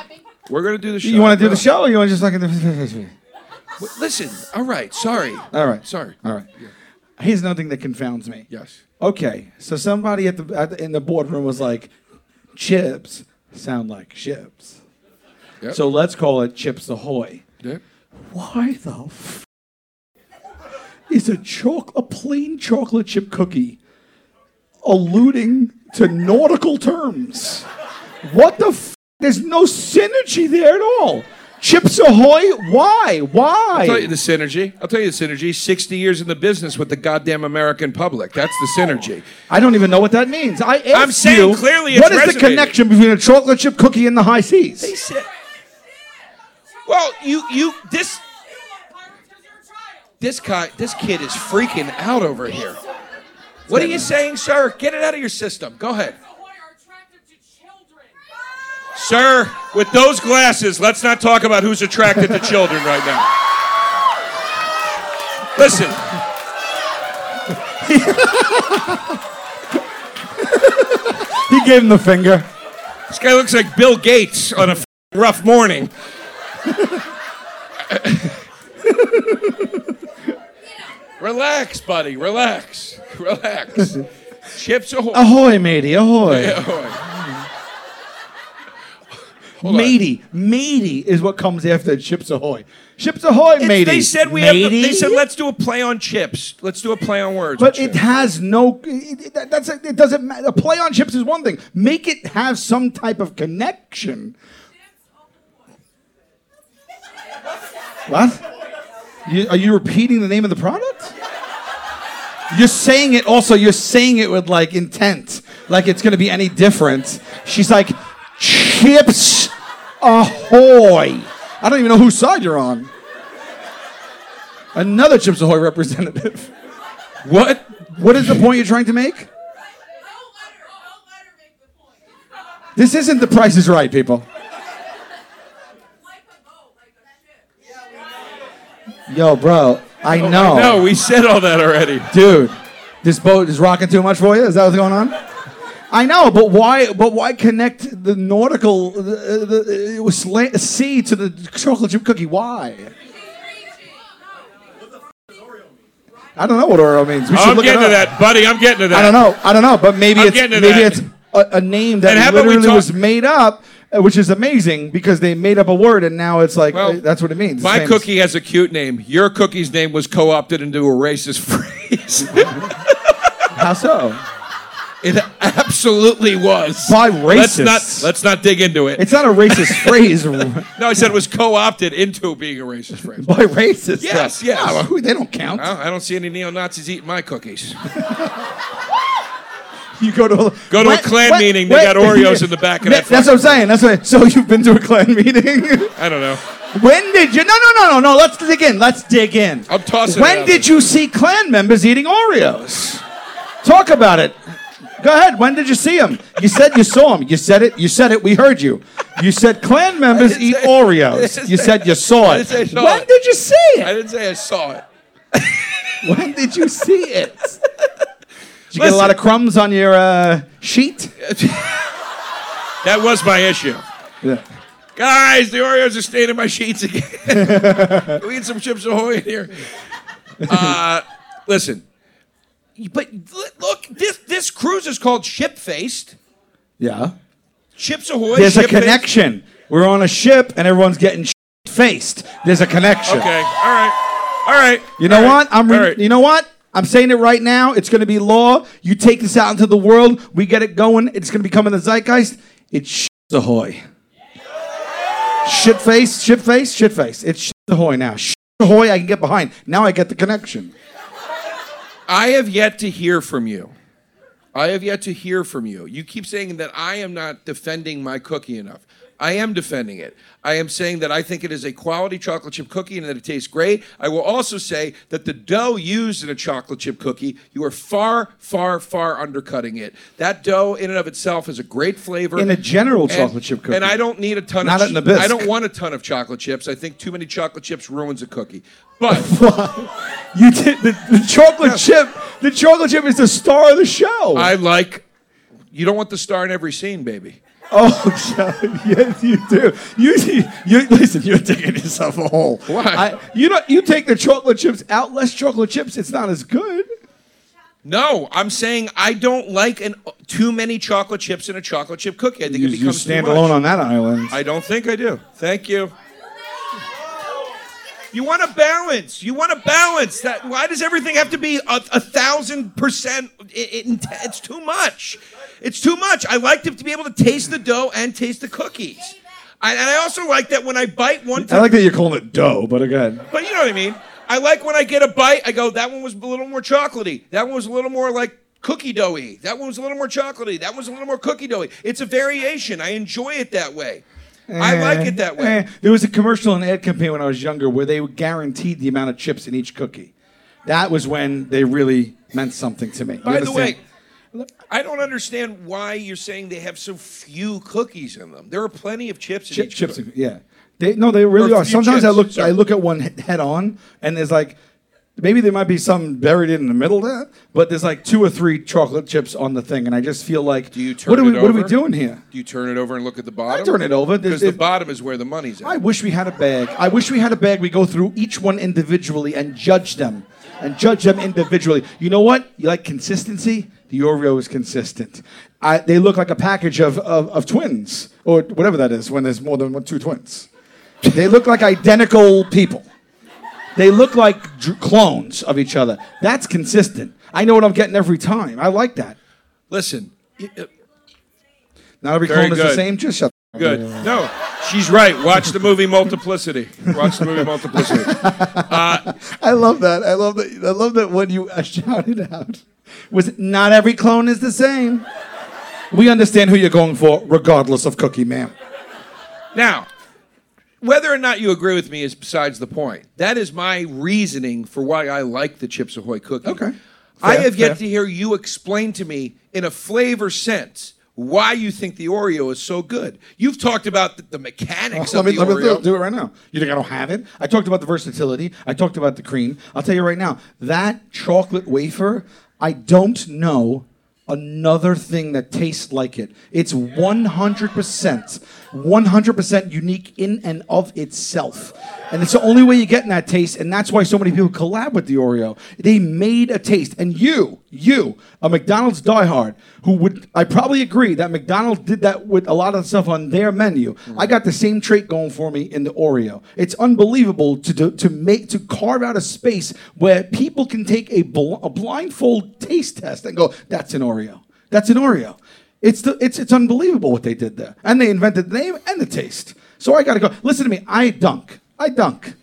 Speaker 3: We're going to do the show.
Speaker 2: You want to do
Speaker 3: No.
Speaker 2: the show, or you want to just like?
Speaker 3: W- Listen, all right, sorry.
Speaker 2: All right.
Speaker 3: Sorry.
Speaker 2: All right. Here's another thing that confounds me.
Speaker 3: Yes.
Speaker 2: Okay, so somebody at the, at the in the boardroom was like, "Chips sound like ships,"
Speaker 3: Yep.
Speaker 2: so let's call it Chips Ahoy.
Speaker 3: Yeah.
Speaker 2: Why the f- is a choc a plain chocolate chip cookie alluding to nautical terms? What the f- there's no synergy there at all. Chips Ahoy, why? Why?
Speaker 3: I'll tell you the synergy. I'll tell you the synergy. 60 years in the business with the goddamn American public. That's the synergy.
Speaker 2: I don't even know what that means. I asked
Speaker 3: I'm saying
Speaker 2: you,
Speaker 3: clearly it's
Speaker 2: what is the
Speaker 3: resonating.
Speaker 2: connection between a chocolate chip cookie and the high
Speaker 3: They
Speaker 2: seas?
Speaker 3: said. Well, you you this this guy this kid is freaking out over here. What are you saying, sir? Get it out of your system. Go ahead, sir. With those glasses, let's not talk about who's attracted to children right now. Listen.
Speaker 2: He gave him the finger.
Speaker 3: This guy looks like Bill Gates on a f- rough morning. relax, buddy. Relax. Relax. Chips ahoy.
Speaker 2: Ahoy, matey, ahoy.
Speaker 3: ahoy. Hold on.
Speaker 2: matey, matey is what comes after Chips Ahoy. Chips Ahoy,
Speaker 3: It's-
Speaker 2: matey.
Speaker 3: They said we have. the-
Speaker 2: Matey?
Speaker 3: they said let's do a play on chips. Let's do a play on words.
Speaker 2: But
Speaker 3: with
Speaker 2: it
Speaker 3: chips.
Speaker 2: has no. It, it- that- that's it doesn't matter. A play on chips is one thing. Make it have some type of connection. What? You, are you repeating the name of the product? You're saying it also, you're saying it with like intent, like it's gonna be any different. She's like, Chips Ahoy. I don't even know whose side you're on. Another Chips Ahoy representative. What? What is the point you're trying to make? This isn't the price is right, people. Yo, bro, Oh, I know.
Speaker 3: No, we said all that already.
Speaker 2: Dude, this boat is rocking too much for you? Is that what's going on? I know, but why? But why connect the nautical uh, the, the, it was sla- sea to the chocolate chip cookie? Why? I don't know what Oreo means. We should
Speaker 3: I'm
Speaker 2: look it
Speaker 3: getting to
Speaker 2: up.
Speaker 3: that, buddy. I'm getting to that.
Speaker 2: I don't know. I don't know. But maybe
Speaker 3: I'm
Speaker 2: it's
Speaker 3: getting to
Speaker 2: maybe
Speaker 3: that.
Speaker 2: it's a, a name
Speaker 3: And how
Speaker 2: that
Speaker 3: about we
Speaker 2: literally
Speaker 3: talk-
Speaker 2: was made up, uh, which is amazing because they made up a word and now it's like
Speaker 3: Well,
Speaker 2: uh, that's what it means. It's
Speaker 3: My
Speaker 2: famous.
Speaker 3: cookie has a cute name. Your cookie's name was co-opted into a racist phrase.
Speaker 2: How so?
Speaker 3: it absolutely was.
Speaker 2: By
Speaker 3: Let's
Speaker 2: racists.
Speaker 3: not let's not dig into it.
Speaker 2: It's not a racist phrase by
Speaker 3: no, I said it was co-opted into being a racist phrase.
Speaker 2: racist.
Speaker 3: Yes, yes.
Speaker 2: No, who- they don't count.
Speaker 3: Well, I don't see any neo-Nazis eating my cookies.
Speaker 2: You go to a,
Speaker 3: Go to a Klan meeting, they got Oreos in the back of that
Speaker 2: That's what I'm saying. That's what. So you've been to a Klan meeting?
Speaker 3: I don't know.
Speaker 2: when did you? No, no, no, no, no. Let's dig in. Let's dig in.
Speaker 3: I'm tossing it
Speaker 2: When
Speaker 3: out
Speaker 2: did
Speaker 3: there.
Speaker 2: you see Klan members eating Oreos? Talk about it. Go ahead. When did you see them? You said you saw them. You said it. You said it. We heard you. You said Klan members
Speaker 3: didn't
Speaker 2: eat
Speaker 3: say- I
Speaker 2: Oreos.
Speaker 3: didn't
Speaker 2: You
Speaker 3: say-
Speaker 2: said you saw
Speaker 3: I
Speaker 2: it.
Speaker 3: didn't say I saw
Speaker 2: When
Speaker 3: it.
Speaker 2: did you see
Speaker 3: I
Speaker 2: it?
Speaker 3: didn't say I saw it.
Speaker 2: When did you see it? Did you get a
Speaker 3: Listen.
Speaker 2: lot of crumbs on your uh, sheet?
Speaker 3: That was my issue.
Speaker 2: Yeah.
Speaker 3: Guys, the Oreos are staining my sheets again. Can we eat some chips ahoy in here. Uh, listen, but l- look, this this cruise is called Ship Faced.
Speaker 2: Yeah.
Speaker 3: Chips Ahoy.
Speaker 2: There's a
Speaker 3: Ship Faced.
Speaker 2: connection. We're on a ship and everyone's getting faced. There's a connection.
Speaker 3: Okay. All right. All right.
Speaker 2: You know
Speaker 3: All right.
Speaker 2: what? I'm. Re-
Speaker 3: All right.
Speaker 2: You know what? I'm saying it right now. It's going to be law. You take this out into the world. We get it going. It's going to become in the zeitgeist. It's shits ahoy. Shit face. Shit face. Shit face. It's shits ahoy now. Shits Hoy I can get behind. Now I get the connection.
Speaker 3: I have yet to hear from you. I have yet to hear from you. You keep saying that I am not defending my cookie enough. I am defending it. I am saying that I think it is a quality chocolate chip cookie and that it tastes great. I will also say that the dough used in a chocolate chip cookie, you are far, far, far undercutting it. That dough in and of itself is a great flavor.
Speaker 2: In a general
Speaker 3: And-
Speaker 2: chocolate chip cookie.
Speaker 3: And I don't need a ton
Speaker 2: Not
Speaker 3: of
Speaker 2: in Nabisque.
Speaker 3: I don't want a ton of chocolate chips. I think too many chocolate chips ruins a cookie. But
Speaker 2: You did the, the chocolate chip. The chocolate chip is the star of the show.
Speaker 3: I like. You don't want the star in every scene, baby.
Speaker 2: oh, John, yes, you do. You, you, you- listen. You're digging yourself a hole.
Speaker 3: Why?
Speaker 2: I, you know, you take the chocolate chips out. Less chocolate chips. It's not as good.
Speaker 3: No, I'm saying I don't like an, too many chocolate chips in a chocolate chip cookie. I think
Speaker 2: You,
Speaker 3: it
Speaker 2: you
Speaker 3: becomes
Speaker 2: stand
Speaker 3: too much.
Speaker 2: alone on that island.
Speaker 3: I don't think I do. Thank you. You want to balance. You want to balance. That why does everything have to be a, a thousand percent? It, it, it's too much. It's too much. I like to, to be able to taste the dough and taste the cookies. I, and I also like that when I bite one.
Speaker 2: I like that you're calling it dough, but again,
Speaker 3: But you know what I mean. I like when I get a bite. I go, that one was a little more chocolatey. That one was a little more like cookie doughy. That one was a little more chocolatey. That one's a little more cookie doughy. It's a variation. I enjoy it that way. I like it that way.
Speaker 2: Eh, there was a commercial and ad campaign when I was younger where they guaranteed the amount of chips in each cookie. That was when they really meant something to me. You
Speaker 3: By the
Speaker 2: understand?
Speaker 3: way, I don't understand why you're saying they have so few cookies in them. There are plenty of chips in
Speaker 2: Chip,
Speaker 3: each
Speaker 2: chips,
Speaker 3: cookie.
Speaker 2: yeah. They no, they really
Speaker 3: Or
Speaker 2: are.
Speaker 3: few
Speaker 2: Sometimes I
Speaker 3: chips,
Speaker 2: look, I
Speaker 3: sorry.
Speaker 2: look at one he- head on, and there's like, maybe there might be some buried in the middle there, but there's like two or three chocolate chips on the thing, and I just feel like,
Speaker 3: Do you turn
Speaker 2: what are we,
Speaker 3: it
Speaker 2: what are we
Speaker 3: over?
Speaker 2: doing here?
Speaker 3: Do you turn it over and look at the bottom?
Speaker 2: turn it over. There's-
Speaker 3: Because the
Speaker 2: it-
Speaker 3: bottom is where the money's at.
Speaker 2: I wish we had a bag. I wish we had a bag. We go through each one individually and judge them, and judge them individually. You know what? You like consistency? The Oreo is consistent. I, they look like a package of, of, of twins or whatever that is when there's more than one, two twins. They look like identical people. They look like dr- clones of each other. That's consistent. I know what I'm getting every time. I like that.
Speaker 3: Listen. y- uh,
Speaker 2: Not every
Speaker 3: Very
Speaker 2: clone is the
Speaker 3: good.
Speaker 2: same. Just shut.
Speaker 3: Good. No, she's right. Watch the movie Multiplicity. Watch the movie Multiplicity.
Speaker 2: I love that. I love that. I love that when you uh, shouted out was not every clone is the same. We understand who you're going for, regardless of Cookie Man.
Speaker 3: Now, whether or not you agree with me is besides the point. That is my reasoning for why I like the Chips Ahoy cookie.
Speaker 2: Okay.
Speaker 3: I
Speaker 2: Fair,
Speaker 3: have
Speaker 2: fair.
Speaker 3: yet to hear you explain to me in a flavor sense why you think the Oreo is so good. You've talked about the, the mechanics
Speaker 2: Oh, Let
Speaker 3: of
Speaker 2: me,
Speaker 3: the
Speaker 2: let me
Speaker 3: Oreo.
Speaker 2: do, do it right now. You think I don't have it? I talked about the versatility. I talked about the cream. I'll tell you right now, that chocolate wafer, I don't know another thing that tastes like it. It's 100%, 100% unique in and of itself. And it's the only way you get in that taste, and that's why so many people collab with the Oreo. They made a taste. And you, you, a McDonald's diehard, who would I probably agree that McDonald's did that with a lot of stuff on their menu. I got the same trait going for me in the Oreo. It's unbelievable to do, to make to carve out a space where people can take a, bl- a blindfold taste test and go, "That's an Oreo. That's an Oreo." It's the, it's it's unbelievable what they did there, and they invented the name and the taste. So I got to go. Listen to me. I dunk. I dunk.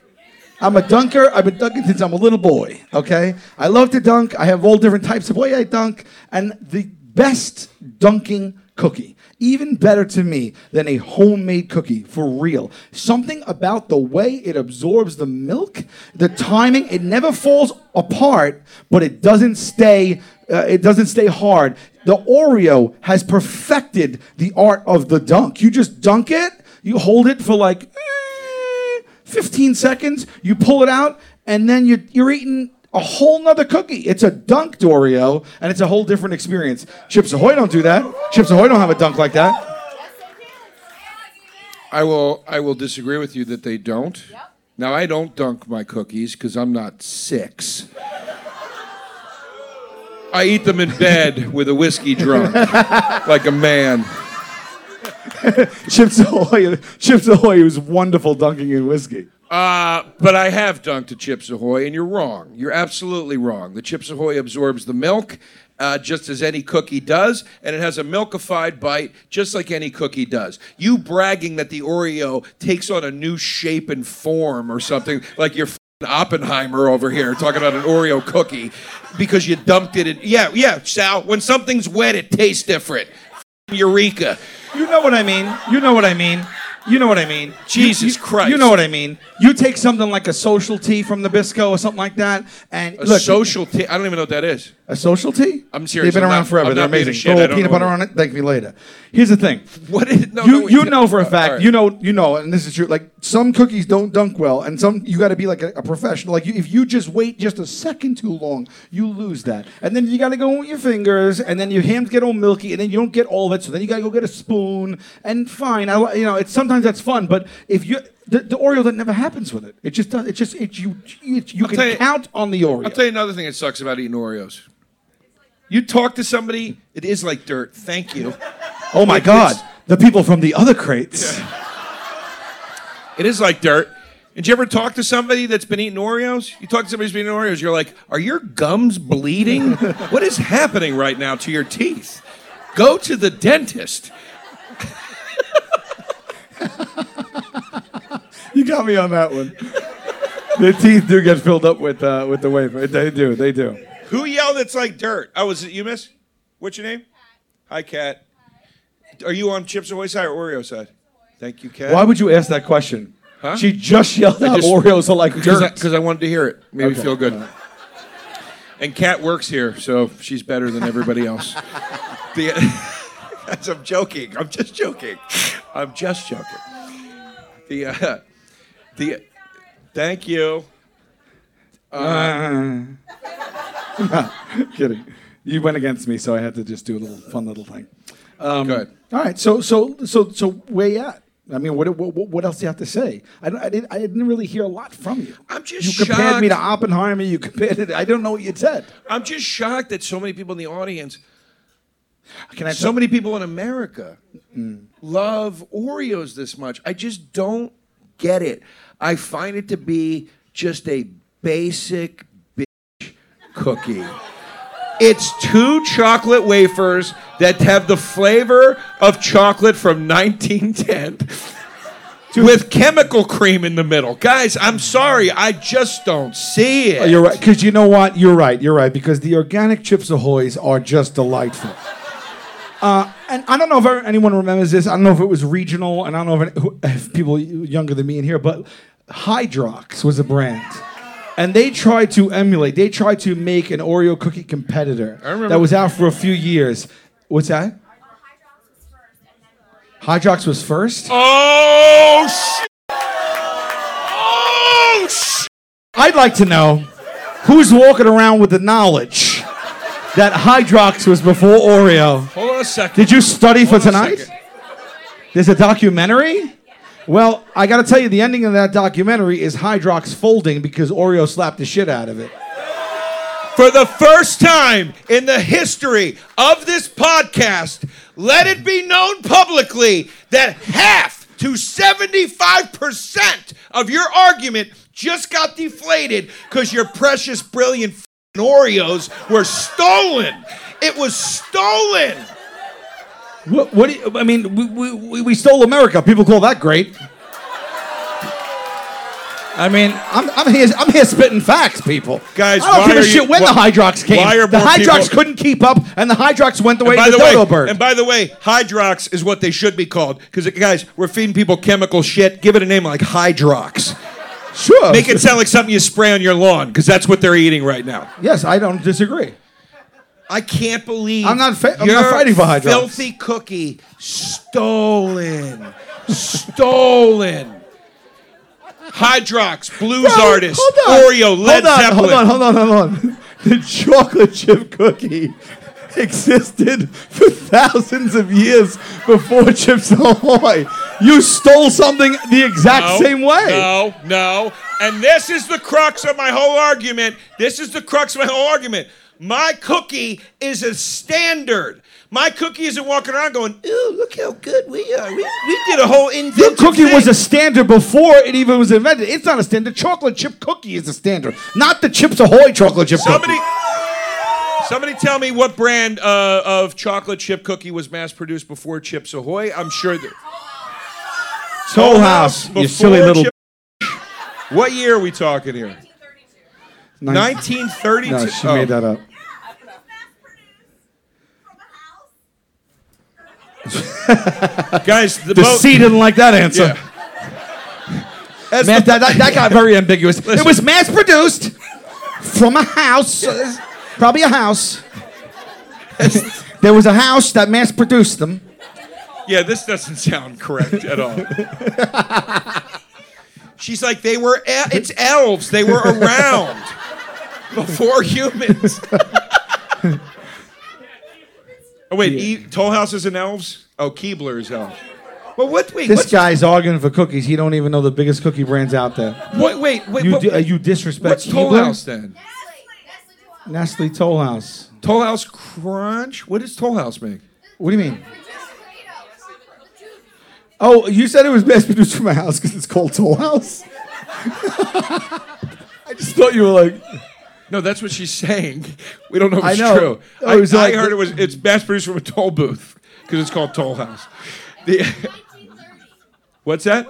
Speaker 2: I'm a dunker. I've been dunking since I'm a little boy. Okay, I love to dunk. I have all different types of way I dunk, and the best dunking cookie, even better to me than a homemade cookie for real. Something about the way it absorbs the milk, the timing. It never falls apart, but it doesn't stay. Uh, it doesn't stay hard. The Oreo has perfected the art of the dunk. You just dunk it. You hold it for like. eh, 15 seconds, you pull it out, and then you're, you're eating a whole nother cookie. It's a dunk Doreo, and it's a whole different experience. Chips Ahoy don't do that. Chips Ahoy don't have a dunk like that.
Speaker 3: I will I will disagree with you that they don't. Now I don't dunk my cookies because I'm not six. I eat them in bed with a whiskey drunk, like a man.
Speaker 2: Chips Ahoy, Chips Ahoy was wonderful dunking in whiskey.
Speaker 3: Uh, but I have dunked a Chips Ahoy, and you're wrong. You're absolutely wrong. The Chips Ahoy absorbs the milk, uh, just as any cookie does, and it has a milkified bite, just like any cookie does. You bragging that the Oreo takes on a new shape and form or something, like you're Oppenheimer over here talking about an Oreo cookie because you dumped it in. Yeah, yeah, Sal. When something's wet, it tastes different. Eureka.
Speaker 2: You know what I mean. You know what I mean. You know what I mean.
Speaker 3: Jesus
Speaker 2: You- you-
Speaker 3: Christ.
Speaker 2: You know what I mean. You take something like a social tea from Nabisco or something like that, and
Speaker 3: A
Speaker 2: look,
Speaker 3: social tea. I don't even know what that is.
Speaker 2: a social tea.
Speaker 3: I'm serious.
Speaker 2: They've been
Speaker 3: I'm
Speaker 2: around
Speaker 3: not-
Speaker 2: forever.
Speaker 3: I'm
Speaker 2: They're
Speaker 3: not being a
Speaker 2: amazing.
Speaker 3: shit.
Speaker 2: Throw
Speaker 3: I
Speaker 2: a
Speaker 3: don't
Speaker 2: peanut
Speaker 3: know
Speaker 2: butter on
Speaker 3: what-
Speaker 2: it. Thank me later. Here's the thing.
Speaker 3: What is. No, Uh,
Speaker 2: you
Speaker 3: no,
Speaker 2: you know for a
Speaker 3: all
Speaker 2: fact.
Speaker 3: right.
Speaker 2: You know you know, and this is true. Like some cookies don't dunk well, and some you got to be like a, a professional. Like you, if you just wait just a second too long, you lose that, and then you got to go with your fingers, and then your hands get all milky, and then you don't get all of it. So then you got to go get a spoon, and fine. I li- you know it's sometimes that's fun, but if you. The, the Oreo that never happens with it. It just does. It just it you you, you
Speaker 3: tell
Speaker 2: can
Speaker 3: you-
Speaker 2: count on the Oreo.
Speaker 3: I'll tell you another thing that sucks about eating Oreos. You talk to somebody, it is like dirt. Thank you.
Speaker 2: oh my
Speaker 3: like
Speaker 2: God!
Speaker 3: this.
Speaker 2: The people from the other crates.
Speaker 3: It is like dirt. Did you ever talk to somebody that's been eating Oreos? You talk to somebody who's been eating Oreos, you're like, are your gums bleeding? what is happening right now to your teeth? Go to the dentist.
Speaker 2: You got me on that one. the teeth do get filled up with uh, with the wafer. They do. They do.
Speaker 3: Who yelled it's like dirt? Oh, was it you, miss? What's your name? Hi, Kat. Are you on Chips Ahoy side or Oreo side? Thank you, Kat.
Speaker 2: Why would you ask that question?
Speaker 3: Huh?
Speaker 2: She just yelled out
Speaker 3: just-
Speaker 2: Oreos are like
Speaker 3: Because I,
Speaker 2: dirt.
Speaker 3: 'cause I wanted to hear it. Made me feel good. And Kat works here, so she's better than everybody else. The- Guys, I'm joking. I'm just joking. I'm just joking. The uh, the thank you.
Speaker 2: Kidding. You went against me, so I had to just do a little fun little thing. Um,
Speaker 3: good.
Speaker 2: All right. So so so so where you at? I mean, what what, what else do you have to say? I, don't- I didn't I didn't really hear a lot from you.
Speaker 3: I'm just
Speaker 2: you compared me to
Speaker 3: shocked.
Speaker 2: Oppenheimer. You compared it. I don't know what you said.
Speaker 3: I'm just shocked that so many people in the audience,
Speaker 2: Can I?
Speaker 3: so many people in America, love Oreos this much. I just don't get it. I find it to be just a basic bitch cookie. It's two chocolate wafers that have the flavor of chocolate from 1910 with chemical cream in the middle. Guys, I'm sorry, I just don't see it.
Speaker 2: Oh, You're right. Because you know what? You're right. You're right. Because the organic Chips Ahoy's are just delightful. Uh, and I don't know if ever- anyone remembers this. I don't know if it was regional, and I don't know if, any, who- if people younger than me in here, but Hydrox was a brand. And they tried to emulate, they tried to make an Oreo cookie competitor
Speaker 3: I remember-
Speaker 2: that was out for a few years. What's that? Hydrox was first?
Speaker 3: Oh, shit. Oh, shit.
Speaker 2: I'd like to know who's walking around with the knowledge that Hydrox was before Oreo.
Speaker 3: Hold on a second.
Speaker 2: Did you study for
Speaker 3: Hold on a
Speaker 2: tonight?
Speaker 3: second.
Speaker 2: There's a documentary? Well, I got to tell you, the ending of that documentary is Hydrox folding because Oreo slapped the shit out of it.
Speaker 3: For the first time in the history of this podcast, let it be known publicly that half to 75% of your argument just got deflated because your precious, brilliant f***ing Oreos were stolen. It was stolen.
Speaker 2: What, what do you, I mean, we, we- we, we stole America. People call that great. I mean, I'm, I'm, here, I'm here spitting facts, people.
Speaker 3: Guys,
Speaker 2: I don't
Speaker 3: why
Speaker 2: give a
Speaker 3: are you-
Speaker 2: shit when the
Speaker 3: why-
Speaker 2: Hydrox came.
Speaker 3: why are
Speaker 2: the
Speaker 3: more
Speaker 2: Hydrox
Speaker 3: people-
Speaker 2: couldn't keep up, and the Hydrox went the way
Speaker 3: by
Speaker 2: of the,
Speaker 3: the way,
Speaker 2: dodo bird.
Speaker 3: and by the way, Hydrox is what they should be called because guys, we're feeding people chemical shit. Give it a name like Hydrox.
Speaker 2: sure.
Speaker 3: Make it sound like something you spray on your lawn because that's what they're eating right now.
Speaker 2: yes, I don't disagree.
Speaker 3: I can't believe
Speaker 2: I'm not fa- I'm not
Speaker 3: your
Speaker 2: fighting for Hydrox.
Speaker 3: Filthy cookie stolen, stolen. Hydrox, blues
Speaker 2: Bro,
Speaker 3: artist,
Speaker 2: hold on.
Speaker 3: Oreo, Led
Speaker 2: hold on,
Speaker 3: Zeppelin.
Speaker 2: Hold on, hold on, hold on. The chocolate chip cookie existed for thousands of years before Chips Ahoy. You stole something the exact
Speaker 3: No,
Speaker 2: same way.
Speaker 3: No, no. And this is the crux of my whole argument. This is the crux of my whole argument. My cookie is a standard. My cookie isn't walking around going, ooh, look how good we are. We, we did a whole invention.
Speaker 2: Your cookie was a standard before it even was invented. It's not a standard. Chocolate chip cookie is a standard, not the Chips Ahoy chocolate chip
Speaker 3: Somebody,
Speaker 2: cookie.
Speaker 3: somebody tell me what brand uh, of chocolate chip cookie was mass produced before Chips Ahoy. I'm sure that.
Speaker 2: Toll House, you silly
Speaker 3: before
Speaker 2: little.
Speaker 3: Chip- what year are we talking here? 1932.
Speaker 2: No, she made that up.
Speaker 3: Oh, Guys, the,
Speaker 2: The
Speaker 3: boat.
Speaker 2: C didn't like that answer.
Speaker 3: Yeah. That's
Speaker 2: Man,
Speaker 3: the-
Speaker 2: that, that, that got very ambiguous. It was mass produced from a house, uh, probably a house. there was a house that mass produced them.
Speaker 3: yeah, this doesn't sound correct at all. She's like, they were, e- it's elves. They were around before humans. oh, wait, e- Toll House is an elves? Oh, Keebler is elves. Well, what, wait,
Speaker 2: This
Speaker 3: what's-
Speaker 2: guy's arguing for cookies. He don't even know the biggest cookie brands out there.
Speaker 3: what, wait, wait,
Speaker 2: You,
Speaker 3: what-
Speaker 2: di- uh, you disrespect
Speaker 3: what's Toll
Speaker 2: Keebler?
Speaker 3: House then?
Speaker 2: Nestle Toll House.
Speaker 3: Toll House Crunch? What does Toll House make?
Speaker 2: What do you mean? Oh, you said it was mass produced from a house because it's called Toll House. I just thought you were like.
Speaker 3: No, that's what she's saying. We don't know if
Speaker 2: I
Speaker 3: it's
Speaker 2: know.
Speaker 3: true.
Speaker 2: Oh,
Speaker 3: I,
Speaker 2: it was
Speaker 3: I
Speaker 2: like-
Speaker 3: heard it was it's mass produced from a toll booth because it's called Toll House. The- what's that?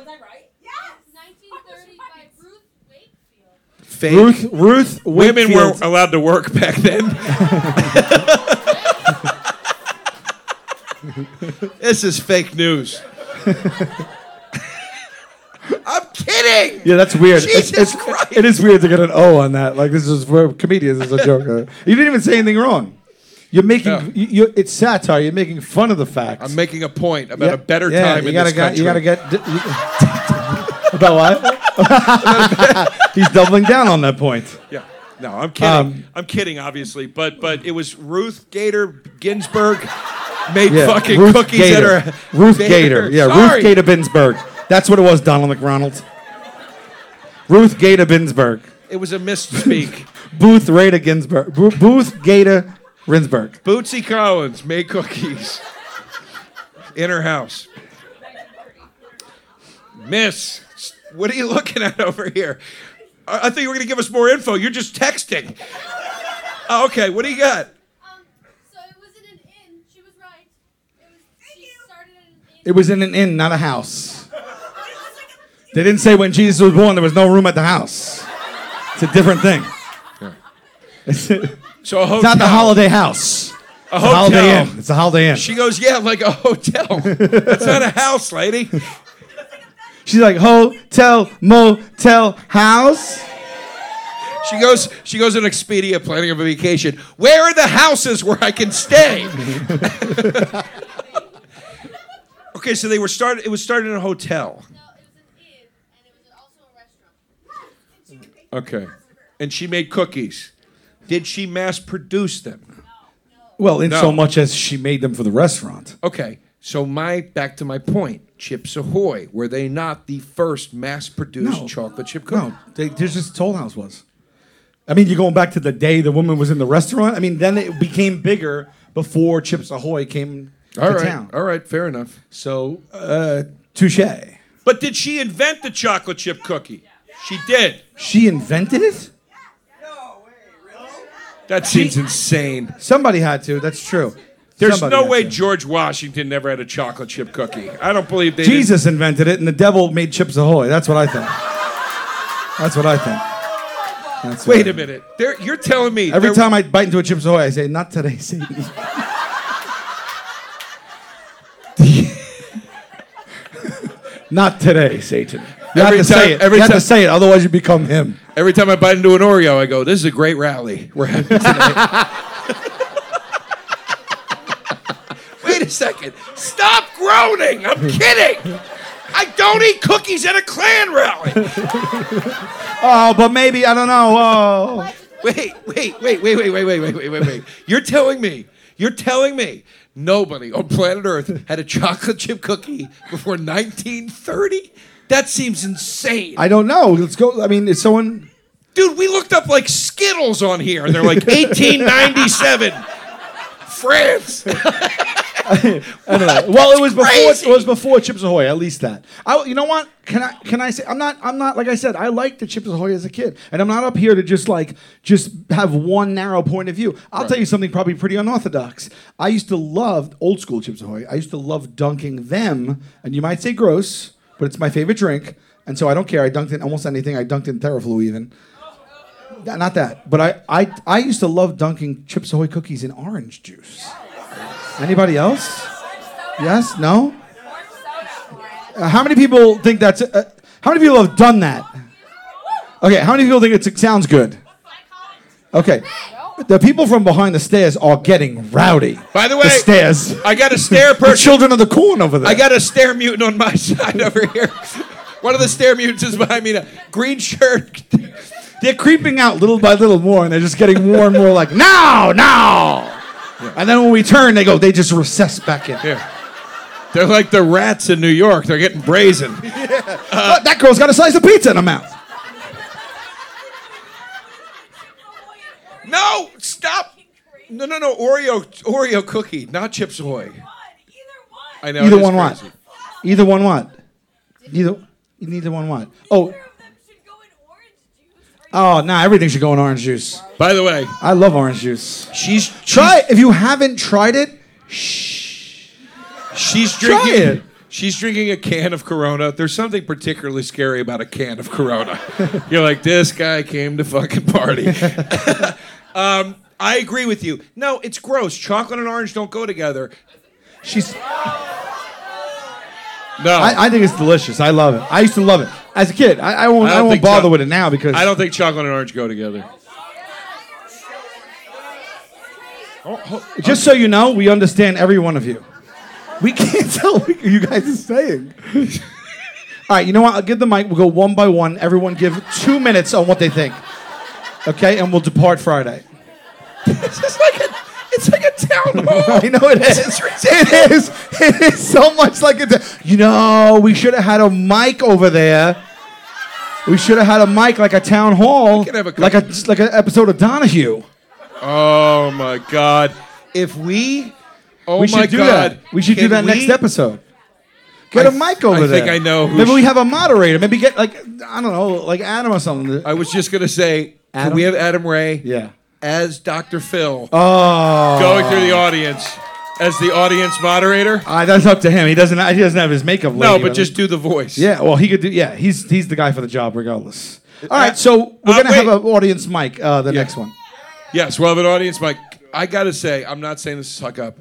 Speaker 3: Fake.
Speaker 2: Ruth, Ruth,
Speaker 3: Women were
Speaker 2: Wakefield.
Speaker 3: allowed to work back then. this is fake news. I'm kidding.
Speaker 2: Yeah, that's weird.
Speaker 3: Jesus
Speaker 2: it's, it's,
Speaker 3: Christ.
Speaker 2: It is weird to get an O on that. Like this is for comedians. It's a joke. Uh, you didn't even say anything wrong. You're making
Speaker 3: Yeah.
Speaker 2: you, you, it's satire. You're making fun of the facts.
Speaker 3: I'm making a point about
Speaker 2: Yeah,
Speaker 3: a better
Speaker 2: yeah,
Speaker 3: time
Speaker 2: you
Speaker 3: in
Speaker 2: gotta
Speaker 3: this
Speaker 2: get-
Speaker 3: country.
Speaker 2: You gotta get d- you- about what? He's doubling down on that point.
Speaker 3: Yeah. No, I'm kidding.
Speaker 2: Um,
Speaker 3: I'm kidding, obviously. But but it was Ruth Gator Ginsburg made
Speaker 2: Yeah,
Speaker 3: fucking
Speaker 2: Ruth
Speaker 3: cookies
Speaker 2: Gator.
Speaker 3: at her.
Speaker 2: Ruth Gator. Yeah,
Speaker 3: Sorry.
Speaker 2: Ruth Gator Binsberg. That's what it was, Donald McRonald. Ruth Gator Binsberg.
Speaker 3: It was a misspeak.
Speaker 2: Booth Raider Ginsburg. Bo- Booth Gator Rinsberg.
Speaker 3: Bootsy Collins made cookies in her house. Miss, what are you looking at over here? I, I thought you were going to give us more info. You're just texting. Oh, okay, what do you got?
Speaker 2: It was in an inn, not a house. They didn't say when Jesus was born there was no room at the house. It's a different thing. It's, it's
Speaker 3: So a hotel.
Speaker 2: not the holiday house.
Speaker 3: A
Speaker 2: It's a holiday
Speaker 3: hotel.
Speaker 2: inn. It's a holiday inn.
Speaker 3: She goes, yeah, like a hotel. That's not a house, lady.
Speaker 2: She's like hotel, motel, house.
Speaker 3: She goes. She goes on Expedia planning a vacation. Where are the houses where I can stay? okay, so they were started. It was started in a hotel. Okay, and she made cookies. Did she mass produce them?
Speaker 2: Well, in
Speaker 3: No.
Speaker 2: so much as she made them for the restaurant.
Speaker 3: Okay, so my back to my point. Chips Ahoy were they not the first mass-produced
Speaker 2: No.
Speaker 3: chocolate chip cookie?
Speaker 2: No, they, there's just Toll House was. I mean, you're going back to the day the woman was in the restaurant. I mean, then it became bigger before Chips Ahoy came
Speaker 3: All
Speaker 2: to
Speaker 3: right,
Speaker 2: town.
Speaker 3: all right, fair enough.
Speaker 2: So, uh, touche.
Speaker 3: But did she invent the chocolate chip cookie? She did.
Speaker 2: She invented it?
Speaker 3: That seems insane.
Speaker 2: Somebody had to. That's true.
Speaker 3: There's
Speaker 2: Somebody
Speaker 3: no
Speaker 2: had
Speaker 3: way
Speaker 2: to.
Speaker 3: George Washington never had a chocolate chip cookie. I don't believe they.
Speaker 2: Jesus invented it, and the devil made Chips Ahoy. That's what I think. That's what I think. That's what
Speaker 3: Didn't. Wait
Speaker 2: I
Speaker 3: a minute. There you're telling me
Speaker 2: Every
Speaker 3: there-
Speaker 2: time I bite into a Chips Ahoy, I say, "Not today, Satan." Not today, Satan. You
Speaker 3: Every
Speaker 2: have to say
Speaker 3: time-
Speaker 2: it.
Speaker 3: every
Speaker 2: you have
Speaker 3: time-
Speaker 2: to say it, otherwise you become him.
Speaker 3: every time I bite into an Oreo, I go, "This is a great rally we're having tonight." Wait a second. Stop groaning. I'm kidding. I don't eat cookies at a Klan rally.
Speaker 2: Oh, but maybe I don't know. Oh.
Speaker 3: Wait, wait, wait, wait, wait, wait, wait, wait, wait, wait, wait. You're telling me, you're telling me nobody on planet Earth had a chocolate chip cookie before 1930? That seems insane.
Speaker 2: I don't know. Let's go. I mean, is someone?
Speaker 3: Dude, we looked up like Skittles on here and they're like 1897. France.
Speaker 2: I don't know. Well, it was before
Speaker 3: crazy.
Speaker 2: it was before Chips Ahoy. At least that. I, you know what? Can I can I say I'm not I'm not like I said I liked the Chips Ahoy as a kid, and I'm not up here to just like just have one narrow point of view. I'll tell you something probably pretty unorthodox. I used to love old school Chips Ahoy. I used to love dunking them, and you might say gross, but it's my favorite drink, and so I don't care. I dunked in almost anything. I dunked in Theraflu even. Not not that, but I, I I used to love dunking Chips Ahoy cookies in orange juice. Anybody else? Yes? No?
Speaker 6: Orange soda.
Speaker 2: Uh, how many people think that's? Uh, how many people have done that? Okay. How many people think it's, it sounds good? Okay. The people from behind the stairs are getting rowdy.
Speaker 3: By the way,
Speaker 2: the stairs.
Speaker 3: I got a stair
Speaker 2: The
Speaker 3: person.
Speaker 2: children of the corn over there.
Speaker 3: I got a stair mutant on my side over here. One of the stair mutants is behind me. Now. Green shirt.
Speaker 2: They're creeping out little by little more, and they're just getting more and more like now, now. And then when we turn, they go. They just recess back in.
Speaker 3: Here. They're like the rats in New York. They're getting brazen.
Speaker 2: "Oh, that girl's got a slice of pizza in her mouth.
Speaker 3: No, stop. No, no, no. Oreo, Oreo cookie, not Chips Ahoy. I know.
Speaker 2: Either
Speaker 3: it is
Speaker 2: one
Speaker 3: crazy.
Speaker 2: what? Either one what? Neither. Neither one what? Oh, oh, nah. Everything should go in orange juice.
Speaker 3: By the way,
Speaker 2: I love orange juice.
Speaker 3: she's
Speaker 2: Try it. if you haven't tried it.
Speaker 3: She's
Speaker 2: Try
Speaker 3: drinking.
Speaker 2: it.
Speaker 3: She's drinking a can of Corona. There's something particularly scary about a can of Corona. You're like, this guy came to fucking party. um, I agree with you. No, it's gross. Chocolate and orange don't go together.
Speaker 2: She's.
Speaker 3: No, I,
Speaker 2: I, I think it's delicious. I love it. I used to love it as a kid. I, I won't.
Speaker 3: I
Speaker 2: I,
Speaker 3: don't
Speaker 2: won't
Speaker 3: think
Speaker 2: bother
Speaker 3: so.
Speaker 2: with it now because
Speaker 3: don't think chocolate and orange go together.
Speaker 2: Just so you know, we understand every one of you. We can't tell what you guys are saying. All right, you know what? I'll give the mic. We'll go one by one. Everyone give two minutes on what they think. Okay, and we'll depart Friday.
Speaker 3: It's just like a, it's like a town hall.
Speaker 2: I know it is. It is. It is so much like it's. You know, we should have had a mic over there. We should have had a mic like a town hall,
Speaker 3: can have a
Speaker 2: like a like an episode of Donahue.
Speaker 3: Oh my god! If we, oh
Speaker 2: we
Speaker 3: my
Speaker 2: should do
Speaker 3: god,
Speaker 2: that. We should do
Speaker 3: Can
Speaker 2: that next
Speaker 3: we-
Speaker 2: episode. Get
Speaker 3: I
Speaker 2: a mic over
Speaker 3: I
Speaker 2: there.
Speaker 3: think I know who
Speaker 2: Maybe
Speaker 3: sh-
Speaker 2: we have a moderator. Maybe get like I don't know, like Adam or something.
Speaker 3: I was just gonna say, can
Speaker 2: Adam?
Speaker 3: we have Adam Ray?
Speaker 2: yeah.
Speaker 3: as Dr. Phil
Speaker 2: Oh,
Speaker 3: going through the audience as the audience moderator.
Speaker 2: Ah, that's up to him. He doesn't. He doesn't have his makeup.
Speaker 3: No,
Speaker 2: lady
Speaker 3: but
Speaker 2: with
Speaker 3: just
Speaker 2: him.
Speaker 3: do the voice.
Speaker 2: yeah. Well, he could do. Yeah, he's he's the guy for the job, regardless. All right, so we're
Speaker 3: uh,
Speaker 2: gonna have
Speaker 3: wait.
Speaker 2: an audience mic. Uh, the next one.
Speaker 3: Yes, we'll have an audience mic. I gotta say, I'm not saying this to suck up.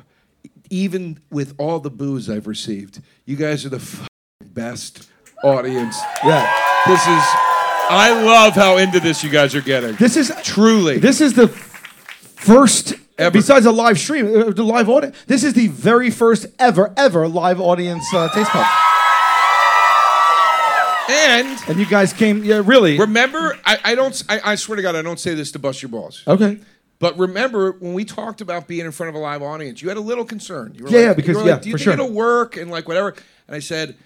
Speaker 3: Even with all the booze I've received, you guys are the f- best audience.
Speaker 2: Yeah.
Speaker 3: This is. I love how into this you guys are getting.
Speaker 2: This is
Speaker 3: truly.
Speaker 2: This is the first.
Speaker 3: Ever.
Speaker 2: Besides a live stream, uh, the live audience. This is the very first ever, ever live audience uh, taste pub.
Speaker 3: and
Speaker 2: And you guys came, yeah, really.
Speaker 3: remember, I, I don't. s- I, I swear to God, I don't say this to bust your balls.
Speaker 2: okay.
Speaker 3: But remember when we talked about being in front of a live audience, you had a little concern. You were
Speaker 2: Yeah,
Speaker 3: like,
Speaker 2: yeah, because-
Speaker 3: you were
Speaker 2: yeah,
Speaker 3: like, do you
Speaker 2: for
Speaker 3: think
Speaker 2: sure.
Speaker 3: it'll work and like whatever? And I said,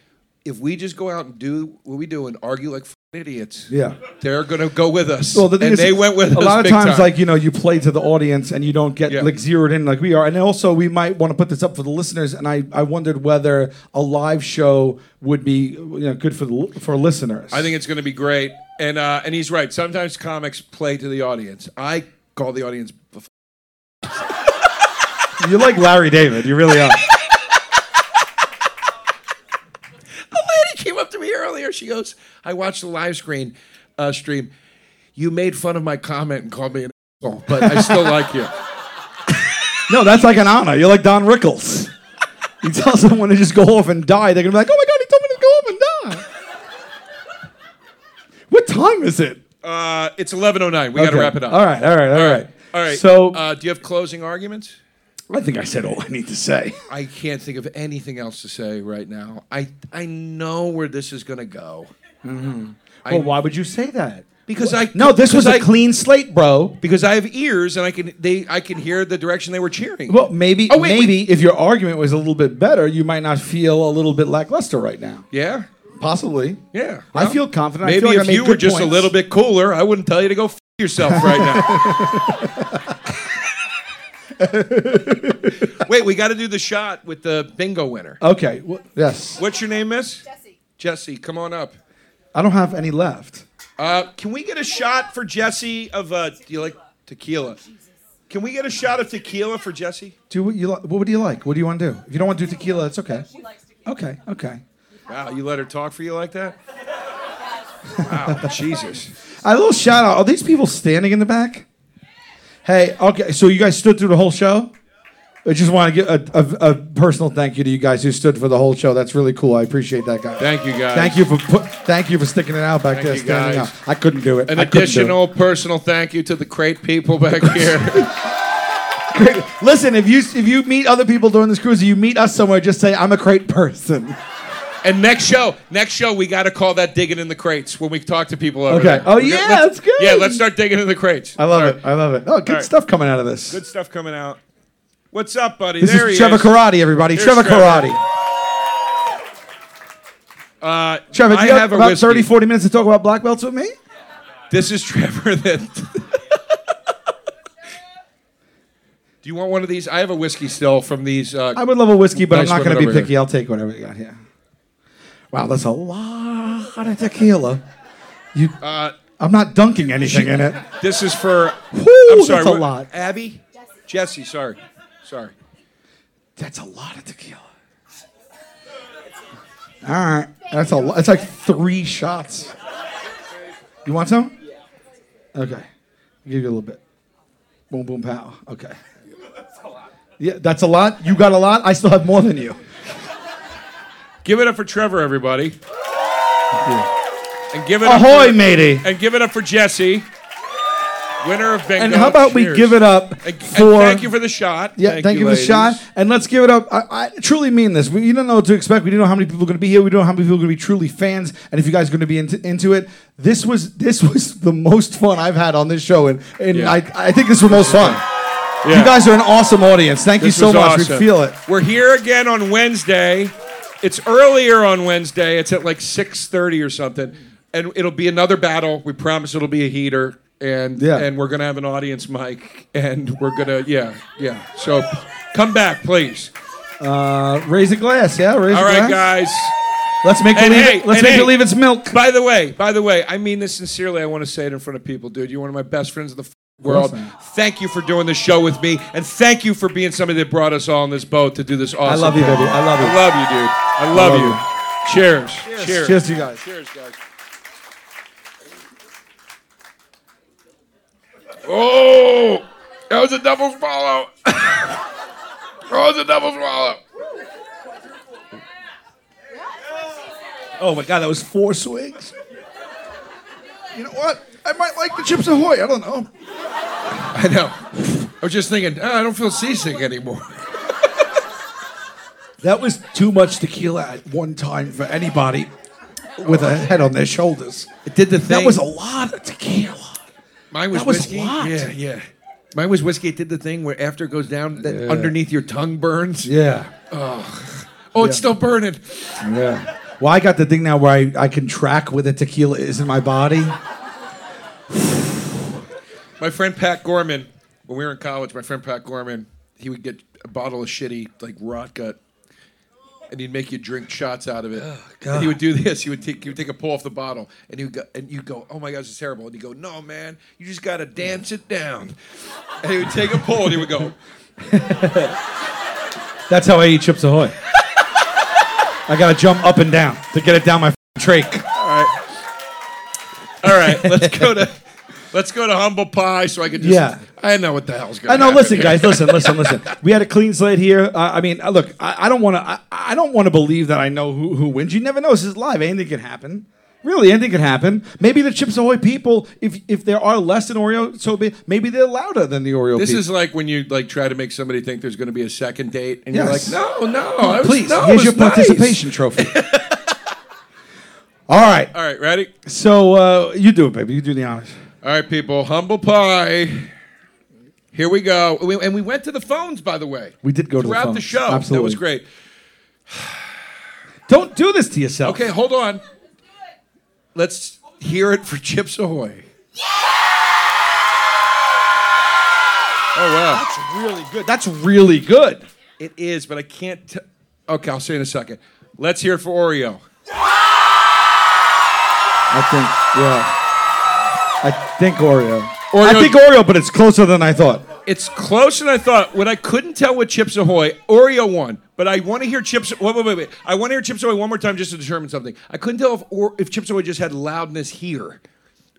Speaker 3: if we just go out and do what we do and argue like f***ing idiots,
Speaker 2: Yeah.
Speaker 3: they're gonna go with us.
Speaker 2: Well, the thing
Speaker 3: and
Speaker 2: is,
Speaker 3: they went with
Speaker 2: a
Speaker 3: us
Speaker 2: lot of
Speaker 3: big
Speaker 2: times,
Speaker 3: time.
Speaker 2: like you know, you play to the audience and you don't get
Speaker 3: Yeah.
Speaker 2: like zeroed in like we are. And also, we might want to put this up for the listeners. And I, I wondered whether a live show would be you know good for the for listeners.
Speaker 3: I think it's gonna be great. And uh, and he's right. Sometimes comics play to the audience. I call the audience. f-
Speaker 2: you're like Larry David. You really are.
Speaker 3: A lady came up to me earlier. She goes, "I watched the live screen uh, stream. You made fun of my comment and called me an asshole, but I still like you."
Speaker 2: no, that's like an honor. You're like Don Rickles. You tell someone to just go off and die, they're gonna be like, oh my god, he told me to go off and die. what time is it?
Speaker 3: Uh, it's 11:09. We got to
Speaker 2: Okay.
Speaker 3: wrap it up.
Speaker 2: All right, all right, all, all right.
Speaker 3: All right.
Speaker 2: So
Speaker 3: uh, do you have closing arguments?
Speaker 2: I think I said all I need to say.
Speaker 3: I can't think of anything else to say right now. I I know where this is going to go
Speaker 2: Well, why would you say that?
Speaker 3: because I
Speaker 2: No, this was
Speaker 3: because
Speaker 2: a
Speaker 3: I-
Speaker 2: clean slate, bro.
Speaker 3: because I have ears and I can they I can hear the direction they were cheering.
Speaker 2: Well, maybe
Speaker 3: Oh, wait,
Speaker 2: maybe if your argument was a little bit better, you might not feel a little bit lackluster right now.
Speaker 3: yeah.
Speaker 2: Possibly.
Speaker 3: Yeah.
Speaker 2: I feel confident. I
Speaker 3: Maybe
Speaker 2: feel like I
Speaker 3: if
Speaker 2: made
Speaker 3: you were
Speaker 2: good
Speaker 3: just a
Speaker 2: points.
Speaker 3: little bit cooler, I wouldn't tell you to go f- yourself right now. Wait, we got to do the shot with the bingo winner.
Speaker 2: Okay. Well, yes.
Speaker 3: What's your name, miss?
Speaker 6: Jesse.
Speaker 3: Jesse, come on up.
Speaker 2: I don't have any left.
Speaker 3: Uh, can we get a shot for Jesse of uh, do you like tequila? Can we get a shot of tequila for Jesse?
Speaker 2: Do what you like. What would you like? What do you want to do? If you don't want to do tequila, it's okay.
Speaker 6: She likes to keep
Speaker 2: Okay. Okay.
Speaker 3: Wow, you let her talk for you like that? Wow, Jesus.
Speaker 6: A little shout out. Are these people standing in the back? Hey, okay. So you guys stood through the whole show. I just want to give a, a, a personal thank you to you guys who stoys
Speaker 2: Stood for the whole show. That's really cool. I appreciate that, guy.
Speaker 3: Thank you, guys.
Speaker 2: Thank you for put, thank you for sticking it out back
Speaker 3: Thank
Speaker 2: there,
Speaker 3: you,
Speaker 2: standing
Speaker 3: guys.
Speaker 2: up. I couldn't do it.
Speaker 3: An
Speaker 2: I couldn't do it.
Speaker 3: additional personal thank you to the crate people back here.
Speaker 2: Listen, if you if you meet other people during this cruise, or you meet us somewhere, just say I'm a great person.
Speaker 3: and next show, next show, we got to call that digging in the crates when we talk to people. Over
Speaker 2: Okay.
Speaker 3: there.
Speaker 2: Oh
Speaker 3: We're
Speaker 2: yeah,
Speaker 3: gonna-
Speaker 2: that's good. Uh,
Speaker 3: Yeah, let's start digging in the crates.
Speaker 2: I love it. I love it. Oh, good
Speaker 3: right.
Speaker 2: stuff coming out of this.
Speaker 3: Good stuff coming out. What's up, buddy?
Speaker 2: This
Speaker 3: there
Speaker 2: is
Speaker 3: he
Speaker 2: Trevor
Speaker 3: is.
Speaker 2: Karate, everybody.
Speaker 3: Here's
Speaker 2: Trevor
Speaker 3: Trevor.
Speaker 2: Karate.
Speaker 3: Uh,
Speaker 2: Trevor, do
Speaker 3: I
Speaker 2: you
Speaker 3: have
Speaker 2: have
Speaker 3: a
Speaker 2: about
Speaker 3: whiskey.
Speaker 2: 30, 40 minutes to talk about black belts with me?
Speaker 3: This is Trevor. That. Do you want one of these? I have a whiskey still from these. Uh,
Speaker 2: I would love a whiskey, but
Speaker 3: Nice
Speaker 2: I'm not
Speaker 3: women
Speaker 2: going to be
Speaker 3: over here.
Speaker 2: picky. I'll take whatever you got here. Wow, that's a lot of tequila. You,
Speaker 3: Uh,
Speaker 2: I'm not dunking anything in it.
Speaker 3: this is for.
Speaker 2: Whew,
Speaker 3: I'm sorry,
Speaker 2: that's a
Speaker 3: what-
Speaker 2: lot.
Speaker 3: Abby, Jesse. Sorry, sorry.
Speaker 2: That's a lot of tequila. All right, that's a lot. It's like three shots. You want some? Okay, I'll give you a little bit. Boom, boom, pow. Okay. Yeah, that's a lot. You got a lot. I still have more than you.
Speaker 3: Give it up for Trevor, everybody. And give it up.
Speaker 2: Ahoy,
Speaker 3: for-
Speaker 2: matey!
Speaker 3: And give it up for Jesse, winner of bingo.
Speaker 2: And how about we
Speaker 3: Cheers.
Speaker 2: give it up
Speaker 3: And, and
Speaker 2: for?
Speaker 3: thank you for the shot.
Speaker 2: Yeah, thank, you for the
Speaker 3: ladies.
Speaker 2: shot. And let's give it up. I, I truly mean this. We, you don't know what to expect. We didn't know how many people are going to be here. We don't know how many people are going to be truly fans. And if you guys are going to be into, into it, this was this was the most fun I've had on this show. And, and
Speaker 3: Yeah.
Speaker 2: I, I think this was the most fun.
Speaker 3: Yeah.
Speaker 2: You guys are an awesome audience. Thank
Speaker 3: This
Speaker 2: you so
Speaker 3: was
Speaker 2: much.
Speaker 3: awesome.
Speaker 2: We feel it.
Speaker 3: We're here again on Wednesday. It's earlier on Wednesday. It's at like six thirty or something, and it'll be another battle. We promise it'll be a heater, and
Speaker 2: Yeah.
Speaker 3: and we're gonna have an audience mic, and we're gonna yeah yeah. So come back, please.
Speaker 2: Uh, raise a glass, yeah. Raise
Speaker 3: All
Speaker 2: a
Speaker 3: right,
Speaker 2: glass.
Speaker 3: guys.
Speaker 2: Let's make
Speaker 3: And
Speaker 2: believe.
Speaker 3: hey,
Speaker 2: it, let's
Speaker 3: and
Speaker 2: make
Speaker 3: hey.
Speaker 2: believe it's milk.
Speaker 3: By the way, by the way, I mean this sincerely. I want to say it in front of people, dude. You're one of my best friends in the f- world.
Speaker 2: Awesome.
Speaker 3: Thank you for doing this show with me, and thank you for being somebody that brought us all on this boat to do this awesome.
Speaker 2: I love you,
Speaker 3: thing.
Speaker 2: baby. I love you.
Speaker 3: I love you, dude. I love, you. Cheers. Cheers. Cheers.
Speaker 2: Cheers to you guys.
Speaker 3: guys. Oh, that was a double swallow. that was a double swallow.
Speaker 2: Oh my god, that was four swigs. You know what? I might like the Chips Ahoy. I don't know.
Speaker 3: I know. I was just thinking, oh, I don't feel seasick anymore.
Speaker 2: That was too much tequila at one time for anybody with a head on their shoulders.
Speaker 3: It did the thing.
Speaker 2: That was a lot of tequila.
Speaker 3: Mine was
Speaker 2: That was a
Speaker 3: whiskey.
Speaker 2: lot.
Speaker 3: Yeah, yeah. Mine was whiskey. It did the thing where after it goes down, that
Speaker 2: Yeah.
Speaker 3: underneath your tongue burns.
Speaker 2: Yeah.
Speaker 3: Oh, it's still burning.
Speaker 2: Yeah. Well, I got the thing now where I, I can track where the tequila is in my body.
Speaker 3: My friend Pat Gorman, when we were in college, my friend Pat Gorman, he would get a bottle of shitty like rot gut, and he'd make you drink shots out of it. And he would do this. He would take he would take a pull off the bottle, and he would go, and you go, oh my gosh, it's terrible. And he would go, no man, you just gotta dance it down. And he would take a pull, and he would go.
Speaker 2: That's how I eat Chips Ahoy. I got to jump up and down to get it down my f***ing trach.
Speaker 3: All right, let's go to let's go to humble pie so I can just.
Speaker 2: Yeah.
Speaker 3: I know what the hell's going.
Speaker 2: I know.
Speaker 3: Happen
Speaker 2: Uh, Listen,
Speaker 3: here.
Speaker 2: guys. Listen, listen, listen. We had a clean slate here. Uh, I mean, uh, look, I, I don't want to. I, I don't want to believe that I know who who wins. You never know. This is live. Anything can happen. Really, anything can happen. Maybe the Chips Ahoy people, if if there are less than Oreo, so be, maybe they're louder than the Oreo.
Speaker 3: This
Speaker 2: people.
Speaker 3: is like when you like try to make somebody think there's going to be a second date, and
Speaker 2: Yes.
Speaker 3: you're like, no, no, I was,
Speaker 2: please.
Speaker 3: no, it
Speaker 2: here's
Speaker 3: was
Speaker 2: your
Speaker 3: nice."
Speaker 2: participation trophy. All right.
Speaker 3: All right, ready?
Speaker 2: So uh, you do it, baby. You do the honors.
Speaker 3: All right, people, humble pie. Here we go, We- and we went to the phones, by the way.
Speaker 2: We did go to the
Speaker 3: throughout the
Speaker 2: phones.
Speaker 3: show. that
Speaker 2: Absolutely.
Speaker 3: was great.
Speaker 2: Don't do this to yourself.
Speaker 3: Okay, hold on. Let's hear it for Chips Ahoy. Oh wow.
Speaker 2: That's really good. That's really good.
Speaker 3: It is, but I can't. T- okay, I'll say in a second. Let's hear it for Oreo.
Speaker 2: I think, yeah. I think Oreo.
Speaker 3: Oreo-
Speaker 2: I think Oreo, but it's closer than I thought.
Speaker 3: It's closer than I thought. When I couldn't tell with Chips Ahoy, Oreo won. But I want to hear Chips. Wait, wait, wait, wait. I want to hear Chips Away one more time just to determine something. I couldn't tell if or if Chips Away just had loudness here,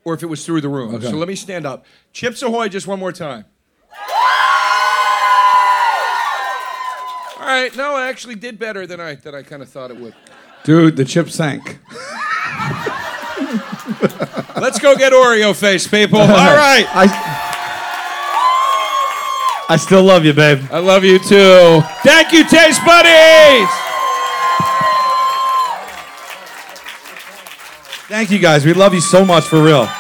Speaker 3: or if it was through the room. So let me stand up. Chips Ahoy, just one more time. All right. No, I actually did better than I than I kind of thought it would.
Speaker 2: Dude, the chip sank.
Speaker 3: Let's go get Oreo face, people. All right.
Speaker 2: I, I still love you, babe.
Speaker 3: I love you too. Thank you, Taste Buddies.
Speaker 2: Thank you guys. We love you so much for real.